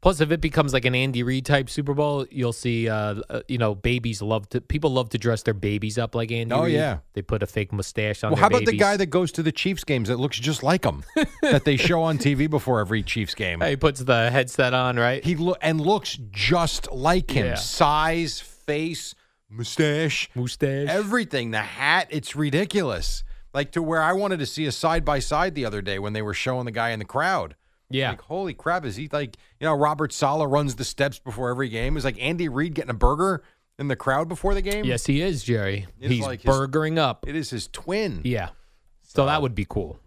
[SPEAKER 2] Plus, if it becomes like an Andy Reid type Super Bowl, you'll see, uh, uh, you know, babies love to people love to dress their babies up like Andy.
[SPEAKER 3] Oh,
[SPEAKER 2] Reid.
[SPEAKER 3] yeah.
[SPEAKER 2] they put a fake mustache on.
[SPEAKER 3] well,
[SPEAKER 2] their
[SPEAKER 3] how about the
[SPEAKER 2] babies.
[SPEAKER 3] guy that goes to the Chiefs games that looks just
[SPEAKER 2] [LAUGHS]
[SPEAKER 3] like him that they show on TV before every Chiefs game?
[SPEAKER 2] He puts the headset on, right?
[SPEAKER 3] He lo- and looks just like him.
[SPEAKER 2] Yeah.
[SPEAKER 3] Size, face, mustache,
[SPEAKER 2] mustache,
[SPEAKER 3] everything. The hat, it's ridiculous. Like to where I wanted to see a side by side the other day when they were showing the guy in the crowd.
[SPEAKER 2] Yeah.
[SPEAKER 3] Like, holy crap, is he like, you know, Robert Sala runs the steps before every game? Is like Andy Reid getting a burger in the crowd before the game?
[SPEAKER 2] Yes, he is, Jerry.
[SPEAKER 3] It is
[SPEAKER 2] He's
[SPEAKER 3] like his-
[SPEAKER 2] burgering up.
[SPEAKER 3] It is his twin.
[SPEAKER 2] Yeah. So that would be cool.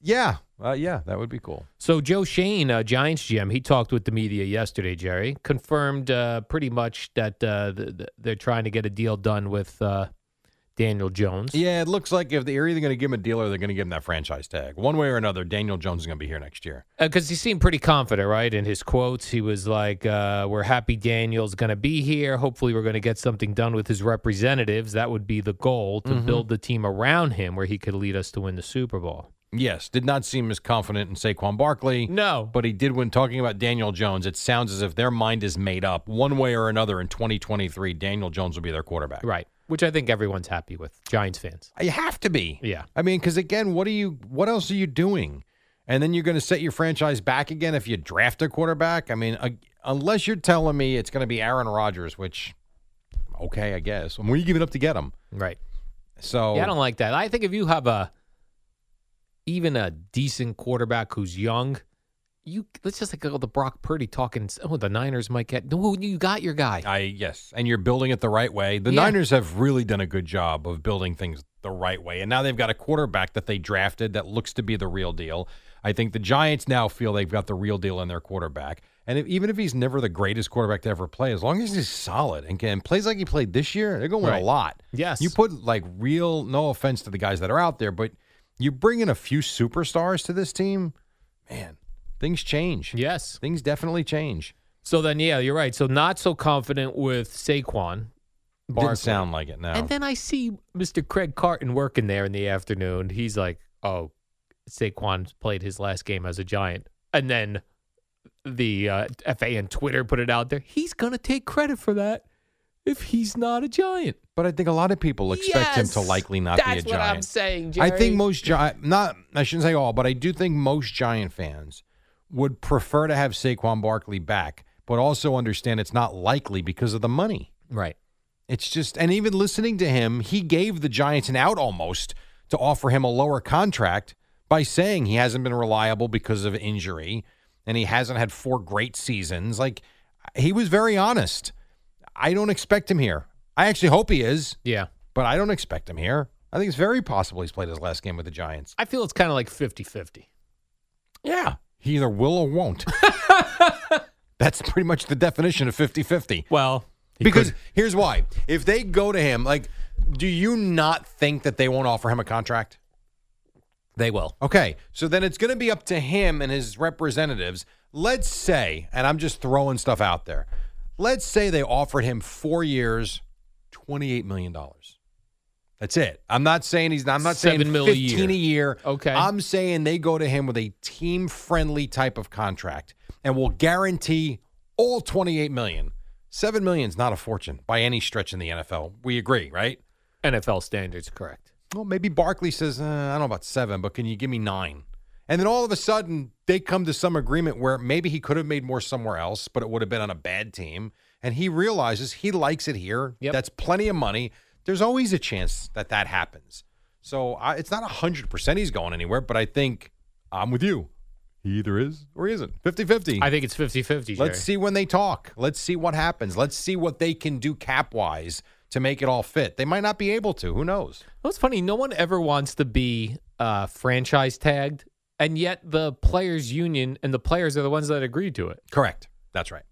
[SPEAKER 3] Yeah. Uh, yeah, that would be cool.
[SPEAKER 2] So Joe Shane, uh, Giants GM, he talked with the media yesterday. Jerry confirmed uh, pretty much that uh, th- th- they're trying to get a deal done with uh, Daniel Jones.
[SPEAKER 3] Yeah, it looks like if they're either going to give him a deal or they're going to give him that franchise tag. One way or another, Daniel Jones is going to be here next year.
[SPEAKER 2] because Uh, he seemed pretty confident, right? In his quotes, he was like, uh, "We're happy Daniel's going to be here. Hopefully, we're going to get something done with his representatives. That would be the goal to
[SPEAKER 3] Mhm.
[SPEAKER 2] build the team around him, where he could lead us to win the Super Bowl."
[SPEAKER 3] Yes, did not seem as confident in Saquon Barkley.
[SPEAKER 2] No.
[SPEAKER 3] But he did when talking about Daniel Jones. It sounds as if their mind is made up one way or another in 2023. Daniel Jones will be their quarterback.
[SPEAKER 2] Right, which I think everyone's happy with. Giants fans.
[SPEAKER 3] You have to be.
[SPEAKER 2] Yeah.
[SPEAKER 3] I mean, because again, what are you? What else are you doing? And then you're going to set your franchise back again if you draft a quarterback. I mean, uh, unless you're telling me it's going to be Aaron Rodgers, which, okay, I guess. And what are you giving up to get him?
[SPEAKER 2] Right.
[SPEAKER 3] So
[SPEAKER 2] Yeah, I don't like that. I think if you have a even a decent quarterback who's young, you let's just like go the Brock Purdy talking. Oh, the Niners might get. No, you got your guy.
[SPEAKER 3] I yes, and you're building it the right way. The
[SPEAKER 2] Yeah.
[SPEAKER 3] Niners have really done a good job of building things the right way, and now they've got a quarterback that they drafted that looks to be the real deal. I think the Giants now feel they've got the real deal in their quarterback, and if, even if he's never the greatest quarterback to ever play, as long as he's solid and can plays like he played this year, they're going to win
[SPEAKER 2] Right.
[SPEAKER 3] a lot.
[SPEAKER 2] Yes.
[SPEAKER 3] you put like real. No offense to the guys that are out there, but you bring in a few superstars to this team, man. Things change.
[SPEAKER 2] Yes.
[SPEAKER 3] Things definitely change.
[SPEAKER 2] So then, yeah, you're right. So not so confident with Saquon. Barkley.
[SPEAKER 3] Didn't sound like it. No.
[SPEAKER 2] And then I see Mr. Craig Carton working there in the afternoon. He's like, "Oh, Saquon played his last game as a Giant," and then the uh, FA and Twitter put it out there. He's gonna take credit for that if he's not a Giant.
[SPEAKER 3] But I think a lot of people expect him to
[SPEAKER 2] Yes!
[SPEAKER 3] likely not be a
[SPEAKER 2] That's
[SPEAKER 3] giant.
[SPEAKER 2] what I'm saying,
[SPEAKER 3] I
[SPEAKER 2] Jerry.
[SPEAKER 3] think most giant, not I shouldn't say all, but I do think most giant fans would prefer to have Saquon Barkley back, but also understand it's not likely because of the money.
[SPEAKER 2] Right.
[SPEAKER 3] It's just, and even listening to him, he gave the Giants an out almost to offer him a lower contract by saying he hasn't been reliable because of injury and he hasn't had four great seasons. Like, he was very honest. I don't expect him here. I actually hope he is,
[SPEAKER 2] Yeah.
[SPEAKER 3] but I don't expect him here. I think it's very possible he's played his last game with the Giants.
[SPEAKER 2] I feel it's kind of like 50-50.
[SPEAKER 3] Yeah. He either will or won't. That's pretty much the definition of 50 50.
[SPEAKER 2] Well, he
[SPEAKER 3] Because
[SPEAKER 2] could-
[SPEAKER 3] here's why. If they go to him, like, do you not think that they won't offer him a contract?
[SPEAKER 2] they will.
[SPEAKER 3] Okay. So then it's going to be up to him and his representatives. Let's say, and I'm just throwing stuff out there, let's say they offered him four years, $28 million. That's it. I'm not saying he's I'm not saying
[SPEAKER 2] Seven mil a
[SPEAKER 3] 15
[SPEAKER 2] year.
[SPEAKER 3] a year.
[SPEAKER 2] Okay.
[SPEAKER 3] I'm saying they go to him with a team friendly type of contract and will guarantee all 28 million. Seven million is not a fortune by any stretch in the NFL. We agree, right?
[SPEAKER 2] NFL standards, correct.
[SPEAKER 3] Well, maybe Barkley says, uh, I don't know about seven, but can you give me nine? And then all of a sudden, they come to some agreement where maybe he could have made more somewhere else, but it would have been on a bad team. And he realizes he likes it here. That's plenty of money. There's always a chance that that happens. So I, it's not 100% he's going anywhere, but I think I'm with you. He either is or he isn't. 50 50.
[SPEAKER 2] I think it's 50 50.
[SPEAKER 3] Let's see when they talk. Let's see what happens. Let's see what they can do cap wise to make it all fit. They might not be able to. Who knows?
[SPEAKER 2] Well, it's funny. No one ever wants to be uh, franchise tagged, and yet the players' union and the players are the ones that agreed to it.
[SPEAKER 3] Correct. That's right.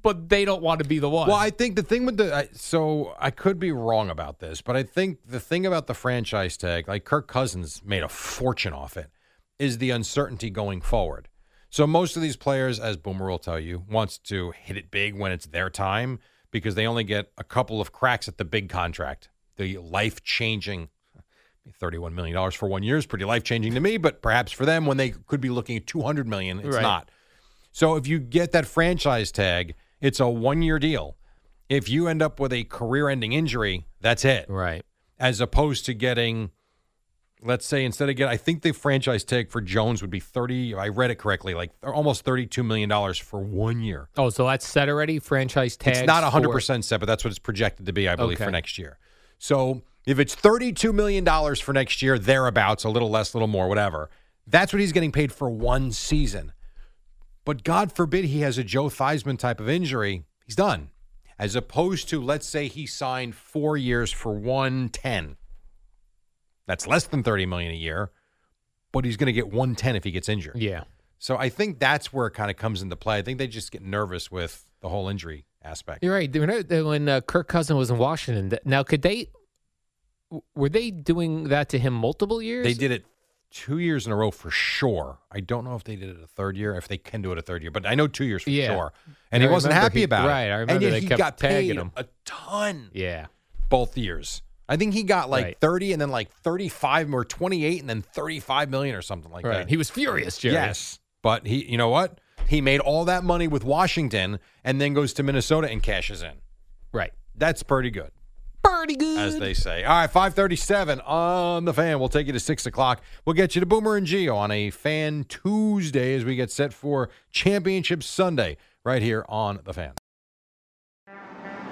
[SPEAKER 2] But they don't want to be the one.
[SPEAKER 3] Well, I think the thing with the I, so I could be wrong about this, but I think the thing about the franchise tag, like Kirk Cousins made a fortune off it, is the uncertainty going forward. So most of these players, as Boomer will tell you, wants to hit it big when it's their time because they only get a couple of cracks at the big contract, the life changing. $31 million for one year is pretty life changing to me, but perhaps for them, when they could be looking at $200 million, it's
[SPEAKER 2] Right.
[SPEAKER 3] not. So if you get that franchise tag, it's a one year deal. If you end up with a career ending injury, that's it.
[SPEAKER 2] Right.
[SPEAKER 3] As opposed to getting, let's say, instead of get, I think the franchise tag for Jones would be 30, I read it correctly, like almost $32 million for one year.
[SPEAKER 2] Oh, so that's set already? Franchise tags?
[SPEAKER 3] It's not
[SPEAKER 2] for-
[SPEAKER 3] 100% set, but that's what it's projected to be, I believe, for
[SPEAKER 2] Okay.
[SPEAKER 3] next year. So if it's $32 million for next year, thereabouts, a little less, a little more, whatever, that's what he's getting paid for one season. But God forbid he has a Joe Theismann type of injury, he's done. As opposed to, let's say he signed four years for 110. That's less than 30 million a year, but he's going to get 110 if he gets injured.
[SPEAKER 2] Yeah.
[SPEAKER 3] So I think that's where it kind of comes into play. I think they just get nervous with the whole injury aspect.
[SPEAKER 2] You're right. When, uh, when uh, Kirk Cousins was in Washington, th- now could they, w- were they doing that to him multiple years?
[SPEAKER 3] They did it two years in a row for sure. I don't know if they did it a third year, if they can do it a third year, but I know two years for
[SPEAKER 2] Yeah.
[SPEAKER 3] sure. And he
[SPEAKER 2] I
[SPEAKER 3] wasn't
[SPEAKER 2] remember
[SPEAKER 3] happy
[SPEAKER 2] he-
[SPEAKER 3] about
[SPEAKER 2] right,
[SPEAKER 3] it.
[SPEAKER 2] I
[SPEAKER 3] and
[SPEAKER 2] remember
[SPEAKER 3] yet
[SPEAKER 2] they
[SPEAKER 3] he
[SPEAKER 2] kept
[SPEAKER 3] got
[SPEAKER 2] tagging
[SPEAKER 3] paid
[SPEAKER 2] him.
[SPEAKER 3] a ton
[SPEAKER 2] Yeah.
[SPEAKER 3] both years. I think he got like
[SPEAKER 2] Right.
[SPEAKER 3] 30 and then like 35 or 28 and then 35 million or something like
[SPEAKER 2] Right.
[SPEAKER 3] that.
[SPEAKER 2] He was furious, Jerry.
[SPEAKER 3] Yes. But he, you know what? He made all that money with Washington and then goes to Minnesota and cashes in.
[SPEAKER 2] Right.
[SPEAKER 3] That's pretty good
[SPEAKER 2] Pretty good.
[SPEAKER 3] as they say. All right, five thirty-seven on the fan. We'll take you to six o'clock. We'll get you to Boomer and Geo on a Fan Tuesday as we get set for Championship Sunday right here on the Fan.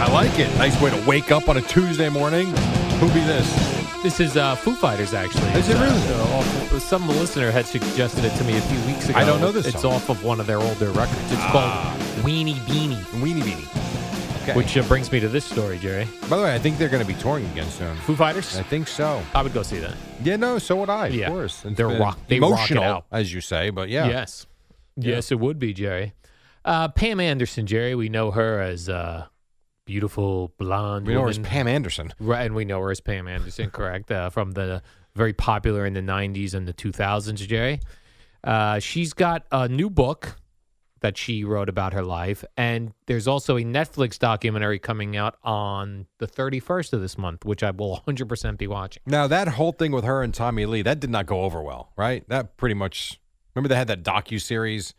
[SPEAKER 3] I like it. Nice way to wake up on a Tuesday morning. Who be this?
[SPEAKER 2] This is uh, Foo Fighters, actually.
[SPEAKER 3] Is it
[SPEAKER 2] It's, uh,
[SPEAKER 3] really?
[SPEAKER 2] uh, off of- some listener had suggested it to me a few weeks ago.
[SPEAKER 3] I don't know this
[SPEAKER 2] It's
[SPEAKER 3] song.
[SPEAKER 2] off of one of their older records. It's called Weenie Beanie.
[SPEAKER 3] Weenie Beanie. Okay.
[SPEAKER 2] Which uh, brings me to this story, Jerry.
[SPEAKER 3] By the way, I think they're going to be touring again soon.
[SPEAKER 2] Foo Fighters?
[SPEAKER 3] I think so.
[SPEAKER 2] I would go see that.
[SPEAKER 3] Yeah, no, so would I. Of
[SPEAKER 2] Yeah.
[SPEAKER 3] course,
[SPEAKER 2] They're
[SPEAKER 3] been
[SPEAKER 2] rock- they rock it
[SPEAKER 3] emotional,
[SPEAKER 2] out.
[SPEAKER 3] as you say, but yeah,
[SPEAKER 2] Yes. Yes, it would be, Jerry. Uh, Pam Anderson, Jerry. We know her as uh, beautiful blonde.
[SPEAKER 3] We know her as
[SPEAKER 2] woman.
[SPEAKER 3] Pam Anderson.
[SPEAKER 2] Right, and we know her as Pam Anderson, correct? Uh, from the very popular in the 90s and the 2000s, Jerry. Uh, she's got a new book that she wrote about her life, and there's also a Netflix documentary coming out on the 31st of this month, which I will 100% be watching.
[SPEAKER 3] Now that whole thing with her and Tommy Lee, that did not go over well, right? That pretty much. Remember they had that docu series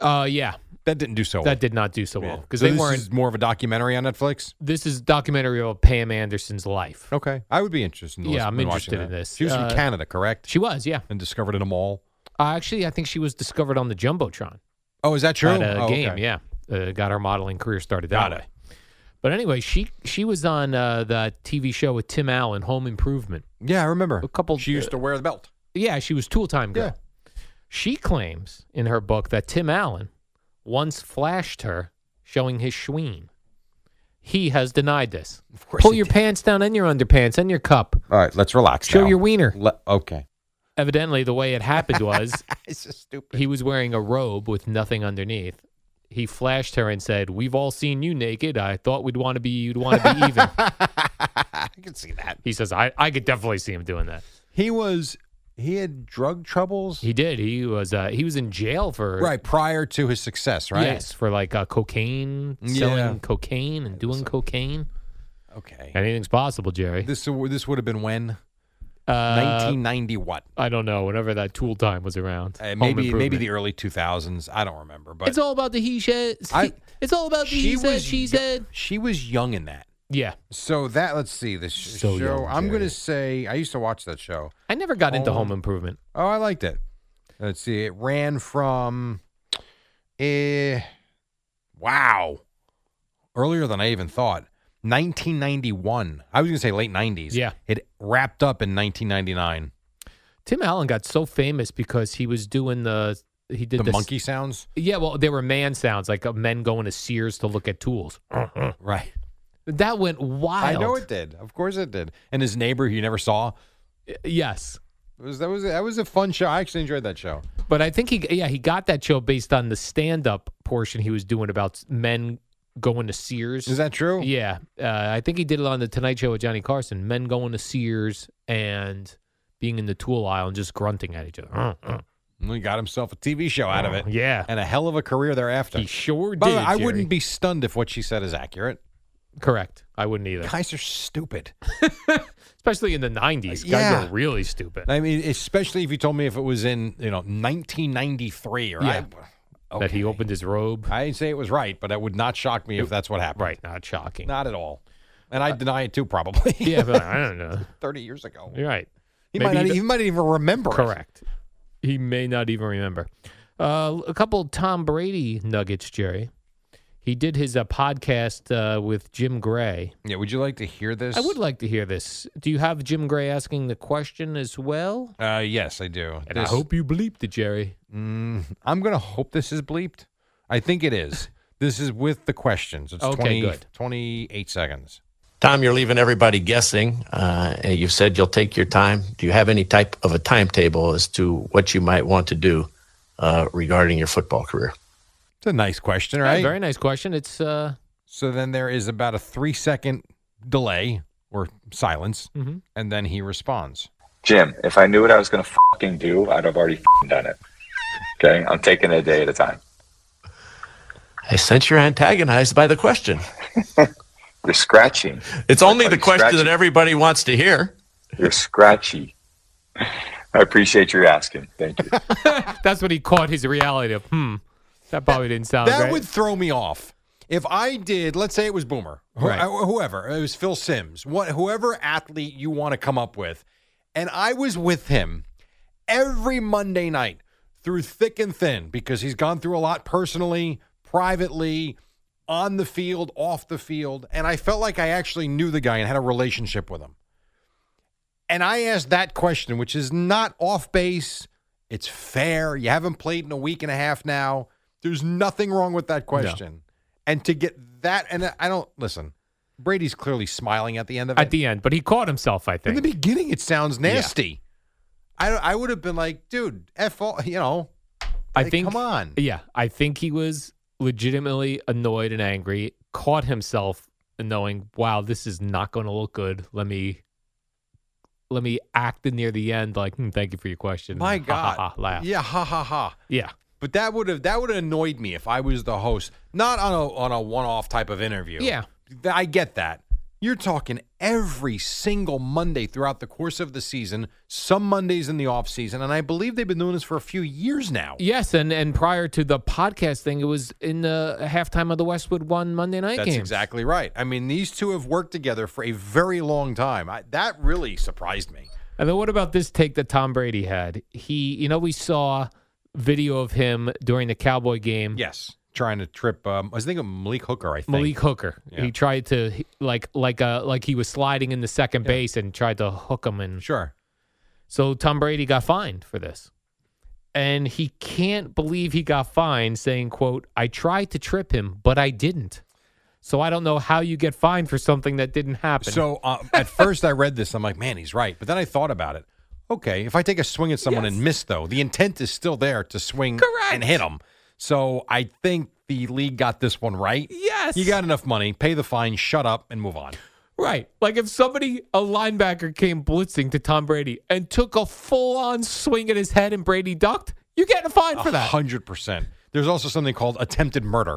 [SPEAKER 2] Uh, yeah,
[SPEAKER 3] that didn't do so. well.
[SPEAKER 2] that did not do so well because
[SPEAKER 3] So
[SPEAKER 2] they
[SPEAKER 3] this
[SPEAKER 2] weren't.
[SPEAKER 3] is more of a documentary on Netflix.
[SPEAKER 2] this is documentary about Pam Anderson's life.
[SPEAKER 3] Okay, I would be interested. In
[SPEAKER 2] Yeah,
[SPEAKER 3] listen-
[SPEAKER 2] I'm
[SPEAKER 3] in watching
[SPEAKER 2] interested
[SPEAKER 3] that.
[SPEAKER 2] in this.
[SPEAKER 3] She was
[SPEAKER 2] Uh,
[SPEAKER 3] from Canada, correct?
[SPEAKER 2] She was, yeah.
[SPEAKER 3] And discovered in a mall.
[SPEAKER 2] Uh, actually, I think she was discovered on the jumbotron.
[SPEAKER 3] Oh, is that true?
[SPEAKER 2] At a
[SPEAKER 3] Oh,
[SPEAKER 2] game,
[SPEAKER 3] okay.
[SPEAKER 2] yeah. Uh, got her modeling career started that way. But anyway, she she was on uh, the TV show with Tim Allen, Home Improvement.
[SPEAKER 3] Yeah, I remember.
[SPEAKER 2] A couple.
[SPEAKER 3] She used to wear the belt.
[SPEAKER 2] Yeah, she was tool time girl. She claims in her book that Tim Allen once flashed her showing his schween. He has denied this. Of
[SPEAKER 3] course
[SPEAKER 2] Pull
[SPEAKER 3] he
[SPEAKER 2] your pants down and your underpants and your cup.
[SPEAKER 3] All right, let's relax.
[SPEAKER 2] Show
[SPEAKER 3] now.
[SPEAKER 2] your wiener.
[SPEAKER 3] Le- okay.
[SPEAKER 2] evidently the way it
[SPEAKER 3] [LAUGHS]
[SPEAKER 2] happened was
[SPEAKER 3] it's just stupid.
[SPEAKER 2] he was wearing a robe with nothing underneath. He flashed her and said, "We've all seen you naked. I thought we'd want to be you'd want to be even."
[SPEAKER 3] [LAUGHS] I can see that.
[SPEAKER 2] He says, "I I could definitely see him doing that."
[SPEAKER 3] He was he had drug troubles.
[SPEAKER 2] He did. He was uh, he was in jail for
[SPEAKER 3] Right, prior to his success, right?
[SPEAKER 2] Yes, for like uh, cocaine, selling
[SPEAKER 3] Yeah.
[SPEAKER 2] cocaine and doing cocaine.
[SPEAKER 3] Okay.
[SPEAKER 2] Anything's possible, Jerry.
[SPEAKER 3] This this would have been when?
[SPEAKER 2] Uh,
[SPEAKER 3] 1990 what?
[SPEAKER 2] I don't know. Whenever that tool time was around,
[SPEAKER 3] Uh,
[SPEAKER 2] Home
[SPEAKER 3] maybe maybe
[SPEAKER 2] Improvement.
[SPEAKER 3] the early 2000s. I don't remember, but
[SPEAKER 2] it's all about the he said.
[SPEAKER 3] I-
[SPEAKER 2] [LAUGHS] It's all about the he said. She
[SPEAKER 3] yo-
[SPEAKER 2] said.
[SPEAKER 3] She was young in that.
[SPEAKER 2] Yeah,
[SPEAKER 3] So that let's see this sh-
[SPEAKER 2] So
[SPEAKER 3] show.
[SPEAKER 2] young,
[SPEAKER 3] I'm going
[SPEAKER 2] Jerry.
[SPEAKER 3] to say I used to watch that show.
[SPEAKER 2] I never got into
[SPEAKER 3] Home-
[SPEAKER 2] Home Improvement.
[SPEAKER 3] Oh, I liked it. Let's see. It ran from eh wow. Earlier than I even thought. 1991. I was going to say late 90s.
[SPEAKER 2] Yeah.
[SPEAKER 3] It wrapped up in 1999.
[SPEAKER 2] Tim Allen got so famous because he was doing the he did
[SPEAKER 3] the
[SPEAKER 2] this-
[SPEAKER 3] monkey sounds?
[SPEAKER 2] Yeah, well, there were man sounds like uh, men going to Sears to look at tools.
[SPEAKER 3] Right.
[SPEAKER 2] That went wild.
[SPEAKER 3] I know it did. Of course it did. And his neighbor who you never saw.
[SPEAKER 2] Yes,
[SPEAKER 3] It was that was that was a fun show. I actually enjoyed that show.
[SPEAKER 2] but I think he yeah he got that show based on the stand up portion he was doing about men going to Sears.
[SPEAKER 3] Is that true?
[SPEAKER 2] Yeah, uh, I think he did it on the Tonight Show with Johnny Carson. Men going to Sears and being in the tool aisle and just grunting at each other.
[SPEAKER 3] And He got himself a TV show out of it.
[SPEAKER 2] Oh, Yeah.
[SPEAKER 3] And a hell of a career thereafter.
[SPEAKER 2] He sure
[SPEAKER 3] By the
[SPEAKER 2] did.
[SPEAKER 3] way, I
[SPEAKER 2] Jerry.
[SPEAKER 3] wouldn't be stunned if what she said is accurate.
[SPEAKER 2] correct. I wouldn't either,
[SPEAKER 3] Guys are stupid.
[SPEAKER 2] especially in the nineties. Guys
[SPEAKER 3] Yeah.
[SPEAKER 2] are really stupid.
[SPEAKER 3] I mean, especially if you told me if it was in you know 1993 or
[SPEAKER 2] Yeah.
[SPEAKER 3] I,
[SPEAKER 2] That he
[SPEAKER 3] okay.
[SPEAKER 2] opened his robe.
[SPEAKER 3] I didn't say it was right, but it would not shock me if that's what happened.
[SPEAKER 2] Right, not shocking.
[SPEAKER 3] Not at all. And I deny it too, probably. [LAUGHS]
[SPEAKER 2] yeah, but I don't know.
[SPEAKER 3] 30 years ago.
[SPEAKER 2] You're right.
[SPEAKER 3] He,
[SPEAKER 2] Maybe
[SPEAKER 3] might not,
[SPEAKER 2] even-
[SPEAKER 3] he might not even remember. it.
[SPEAKER 2] Correct. He may not even remember. Uh, a couple Tom Brady nuggets, Jerry. He did his uh, podcast uh, with Jim Gray.
[SPEAKER 3] Yeah. Would you like to hear this?
[SPEAKER 2] I would like to hear this. Do you have Jim Gray asking the question as well?
[SPEAKER 3] Uh, yes, I do.
[SPEAKER 2] And I
[SPEAKER 3] This-
[SPEAKER 2] hope you bleeped it, Jerry.
[SPEAKER 3] Mm, I'm going to hope this is bleeped. I think it is. this is with the questions. It's
[SPEAKER 2] Okay,
[SPEAKER 3] 20,
[SPEAKER 2] good.
[SPEAKER 3] 28 seconds.
[SPEAKER 12] Tom, you're leaving everybody guessing. Uh, and you said you'll take your time. Do you have any type of a timetable as to what you might want to do uh, regarding your football career?
[SPEAKER 3] It's a nice question,
[SPEAKER 2] Yeah,
[SPEAKER 3] right?
[SPEAKER 2] very nice question. It's uh,
[SPEAKER 3] So then there is about a three second delay or silence,
[SPEAKER 2] Mhm.
[SPEAKER 3] and then he responds.
[SPEAKER 13] Jim, if I knew what I was going to fucking do, I'd have already fing done it. Okay, I'm taking it a day at a time.
[SPEAKER 12] I sense you're antagonized by the question.
[SPEAKER 13] [LAUGHS] You're scratching.
[SPEAKER 12] It's only
[SPEAKER 13] Are
[SPEAKER 12] the
[SPEAKER 13] you
[SPEAKER 12] question
[SPEAKER 13] scratching?
[SPEAKER 12] that everybody wants to hear.
[SPEAKER 13] You're scratchy. [LAUGHS] I appreciate your asking. Thank you.
[SPEAKER 2] that's what he caught his reality of. Hmm, that probably didn't sound
[SPEAKER 3] that
[SPEAKER 2] right.
[SPEAKER 3] would throw me off. If I did, let's say it was Boomer, who-
[SPEAKER 2] Right.
[SPEAKER 3] uh, whoever, it was Phil Sims, what, whoever athlete you want to come up with, and I was with him every Monday night through thick and thin because he's gone through a lot personally, privately, on the field, off the field, and I felt like I actually knew the guy and had a relationship with him. And I asked that question, which is not off base. It's fair. You haven't played in a week and a half now. There's nothing wrong with that question. And to get that, and I don't listen. Brady's clearly smiling at the end of it.
[SPEAKER 2] at the end, but he caught himself. I
[SPEAKER 3] In
[SPEAKER 2] think.
[SPEAKER 3] the beginning, it sounds nasty. I I would have been like, dude, f all, you know.
[SPEAKER 2] I
[SPEAKER 3] like,
[SPEAKER 2] think.
[SPEAKER 3] come on.
[SPEAKER 2] Yeah, I think he was legitimately annoyed and angry. Caught himself knowing, wow, this is not going to look good. Let me, let me act near the end. Like, hmm, thank you for your question.
[SPEAKER 3] My
[SPEAKER 2] Ha, ha,
[SPEAKER 3] God.
[SPEAKER 2] ha, laugh.
[SPEAKER 3] Yeah, ha ha ha.
[SPEAKER 2] yeah.
[SPEAKER 3] But that would have that would have annoyed me if I was the host, not on a on a one off type of interview.
[SPEAKER 2] Yeah.
[SPEAKER 3] Th- I get that. You're talking every single Monday throughout the course of the season, some Mondays in the off season, and I believe they've been doing this for a few years now.
[SPEAKER 2] Yes, and and prior to the podcast thing, it was in the halftime of the Westwood One Monday night
[SPEAKER 3] That's
[SPEAKER 2] games.
[SPEAKER 3] exactly right. I mean, these two have worked together for a very long time. I, that really surprised me.
[SPEAKER 2] And then what about this take that Tom Brady had? He, you know, we saw video of him during the Cowboy game.
[SPEAKER 3] Yes, trying to trip. Um, I was thinking of Malik Hooker. I think
[SPEAKER 2] Malik Hooker.
[SPEAKER 3] Yeah.
[SPEAKER 2] He tried to he- like like uh like he was sliding in the second base and tried to hook him and
[SPEAKER 3] Sure.
[SPEAKER 2] so Tom Brady got fined for this. And he can't believe he got fined saying, quote, I tried to trip him, but I didn't. So I don't know how you get fined for something that didn't happen.
[SPEAKER 3] So uh, at first I read this, I'm like, man, he's right. But then I thought about it. Okay, if I take a swing at someone and miss, though, the intent is still there to swing and hit them. So I think the league got this one right.
[SPEAKER 2] Yes.
[SPEAKER 3] You got enough money, pay the fine, shut up, and move on.
[SPEAKER 2] Right. Like if somebody, a linebacker came blitzing to Tom Brady and took a full on swing at his head and Brady ducked, you're getting a fine for that.
[SPEAKER 3] 100%. There's also something called
[SPEAKER 2] [LAUGHS]
[SPEAKER 3] attempted murder.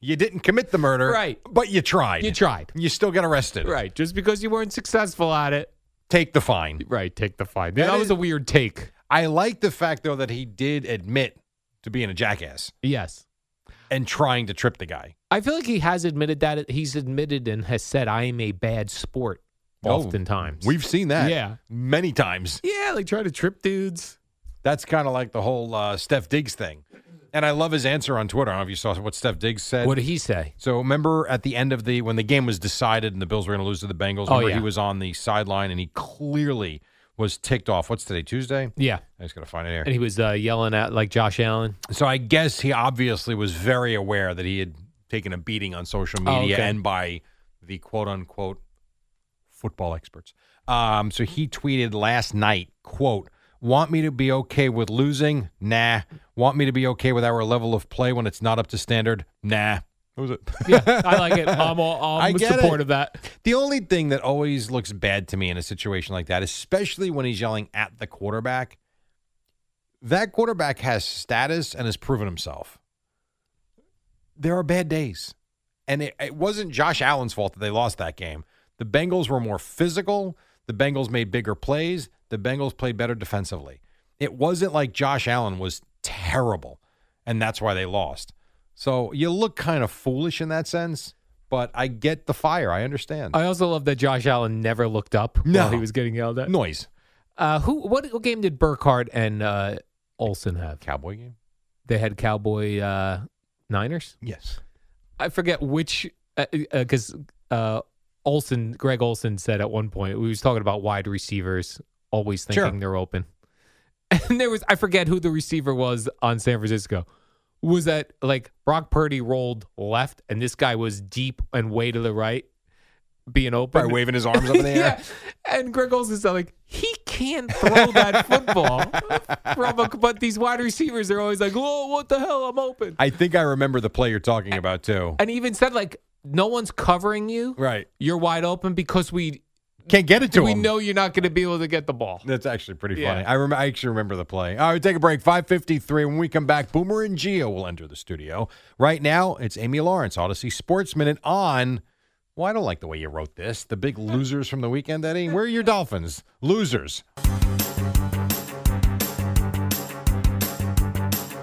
[SPEAKER 3] you didn't commit the murder,
[SPEAKER 2] Right.
[SPEAKER 3] but you tried.
[SPEAKER 2] You tried.
[SPEAKER 3] You still got arrested.
[SPEAKER 2] Right. Just because you weren't successful at it.
[SPEAKER 3] Take the fine.
[SPEAKER 2] Right. Take the fine. That, was a weird take.
[SPEAKER 3] I like the fact, though, that he did admit to being a jackass
[SPEAKER 2] Yes.
[SPEAKER 3] and trying to trip the guy.
[SPEAKER 2] I feel like he has admitted that. He's admitted and has said, I am a bad sport
[SPEAKER 3] Oh,
[SPEAKER 2] oftentimes.
[SPEAKER 3] We've seen that
[SPEAKER 2] Yeah.
[SPEAKER 3] many times.
[SPEAKER 2] Yeah. Like try to trip dudes.
[SPEAKER 3] That's kind of like the whole uh, Steph Diggs thing. And I love his answer on Twitter. I don't know if you saw what Steph Diggs said.
[SPEAKER 2] What did he say?
[SPEAKER 3] So remember at the end of the when the game was decided and the Bills were going to lose to the Bengals.
[SPEAKER 2] Oh,
[SPEAKER 3] remember
[SPEAKER 2] yeah.
[SPEAKER 3] he was on the sideline and he clearly was ticked off. What's today? Tuesday.
[SPEAKER 2] Yeah.
[SPEAKER 3] I just got to find it here.
[SPEAKER 2] And he was uh, yelling at like Josh Allen.
[SPEAKER 3] so I guess he obviously was very aware that he had taken a beating on social
[SPEAKER 2] Oh,
[SPEAKER 3] media
[SPEAKER 2] okay.
[SPEAKER 3] and by the quote unquote football experts. Um, so he tweeted last night, quote, want me to be okay with losing? Nah. Want me to be okay with our level of play when it's not up to standard? Nah. What was it?
[SPEAKER 2] Yeah. [LAUGHS]
[SPEAKER 3] [LAUGHS]
[SPEAKER 2] I like it. I'm all
[SPEAKER 3] I
[SPEAKER 2] I'm
[SPEAKER 3] get it.
[SPEAKER 2] supportive of that.
[SPEAKER 3] The only thing that always looks bad to me in a situation like that, especially when he's yelling at the quarterback, that quarterback has status and has proven himself. There are bad days. And it, it wasn't Josh Allen's fault that they lost that game. The Bengals were more physical. The Bengals made bigger plays. The Bengals played better defensively. It wasn't like Josh Allen was terrible, and that's why they lost. So you look kind of foolish in that sense, but I get the fire. I understand.
[SPEAKER 2] I also love that Josh Allen never looked up
[SPEAKER 3] No.
[SPEAKER 2] while he was getting yelled at.
[SPEAKER 3] Noise.
[SPEAKER 2] Uh, who? What, what game did Burkhardt and uh, Olson have?
[SPEAKER 3] Cowboy game?
[SPEAKER 2] They had Cowboy uh, Niners.
[SPEAKER 3] Yes.
[SPEAKER 2] I forget which because uh, uh, Olson, Greg Olson said at one point we was talking about wide receivers always thinking
[SPEAKER 3] Sure.
[SPEAKER 2] they're open, [LAUGHS] and there was I forget who the receiver was on San Francisco. Was that like Brock Purdy rolled left and this guy was deep and way to the right, being open
[SPEAKER 3] By waving [LAUGHS] his arms up in the air.
[SPEAKER 2] yeah. And Greg Olson's like, he can't throw that football. from a- but these wide receivers are always like, whoa, what the hell? I'm open.
[SPEAKER 3] I think I remember the play you're talking about too.
[SPEAKER 2] And he even said, like, no one's covering you.
[SPEAKER 3] Right.
[SPEAKER 2] You're wide open because we
[SPEAKER 3] Can't get it to
[SPEAKER 2] we
[SPEAKER 3] him.
[SPEAKER 2] know you're not going to be able to get the ball.
[SPEAKER 3] That's actually pretty
[SPEAKER 2] Yeah.
[SPEAKER 3] funny. I, rem- I actually remember the play. All right, we take a break. 553. When we come back, Boomer and Geo will enter the studio. Right now, it's Amy Lawrence, Odyssey Sports Minute on. Well, I don't like the way you wrote this. The big losers from the weekend, Eddie. Where are your Dolphins? Losers.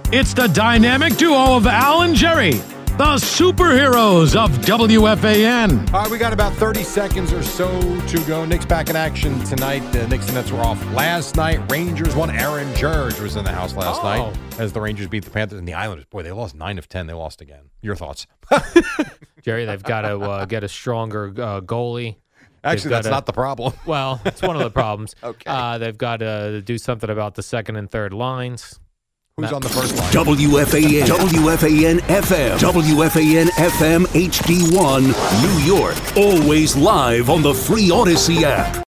[SPEAKER 7] It's the dynamic duo of Al and Jerry, the superheroes of WFAN.
[SPEAKER 3] All right, we got about 30 seconds or so to go. Knicks back in action tonight. The Knicks and Nets were off last night. Rangers won. Aaron George was in the house last
[SPEAKER 2] Oh.
[SPEAKER 3] night as the Rangers beat the Panthers and the Islanders. Boy, they lost 9 of 10. They lost again. Your thoughts?
[SPEAKER 2] [LAUGHS] Jerry, they've got to uh, get a stronger uh, goalie. They've
[SPEAKER 3] Actually, that's
[SPEAKER 2] gotta-
[SPEAKER 3] not the problem. [LAUGHS]
[SPEAKER 2] Well, it's one of the problems. okay. Uh, they've got to do something about the second and third lines.
[SPEAKER 3] Who's on the first line?
[SPEAKER 5] WFAN, WFAN FM, WFAN FM HD1, New York. Always live on the free Odyssey app.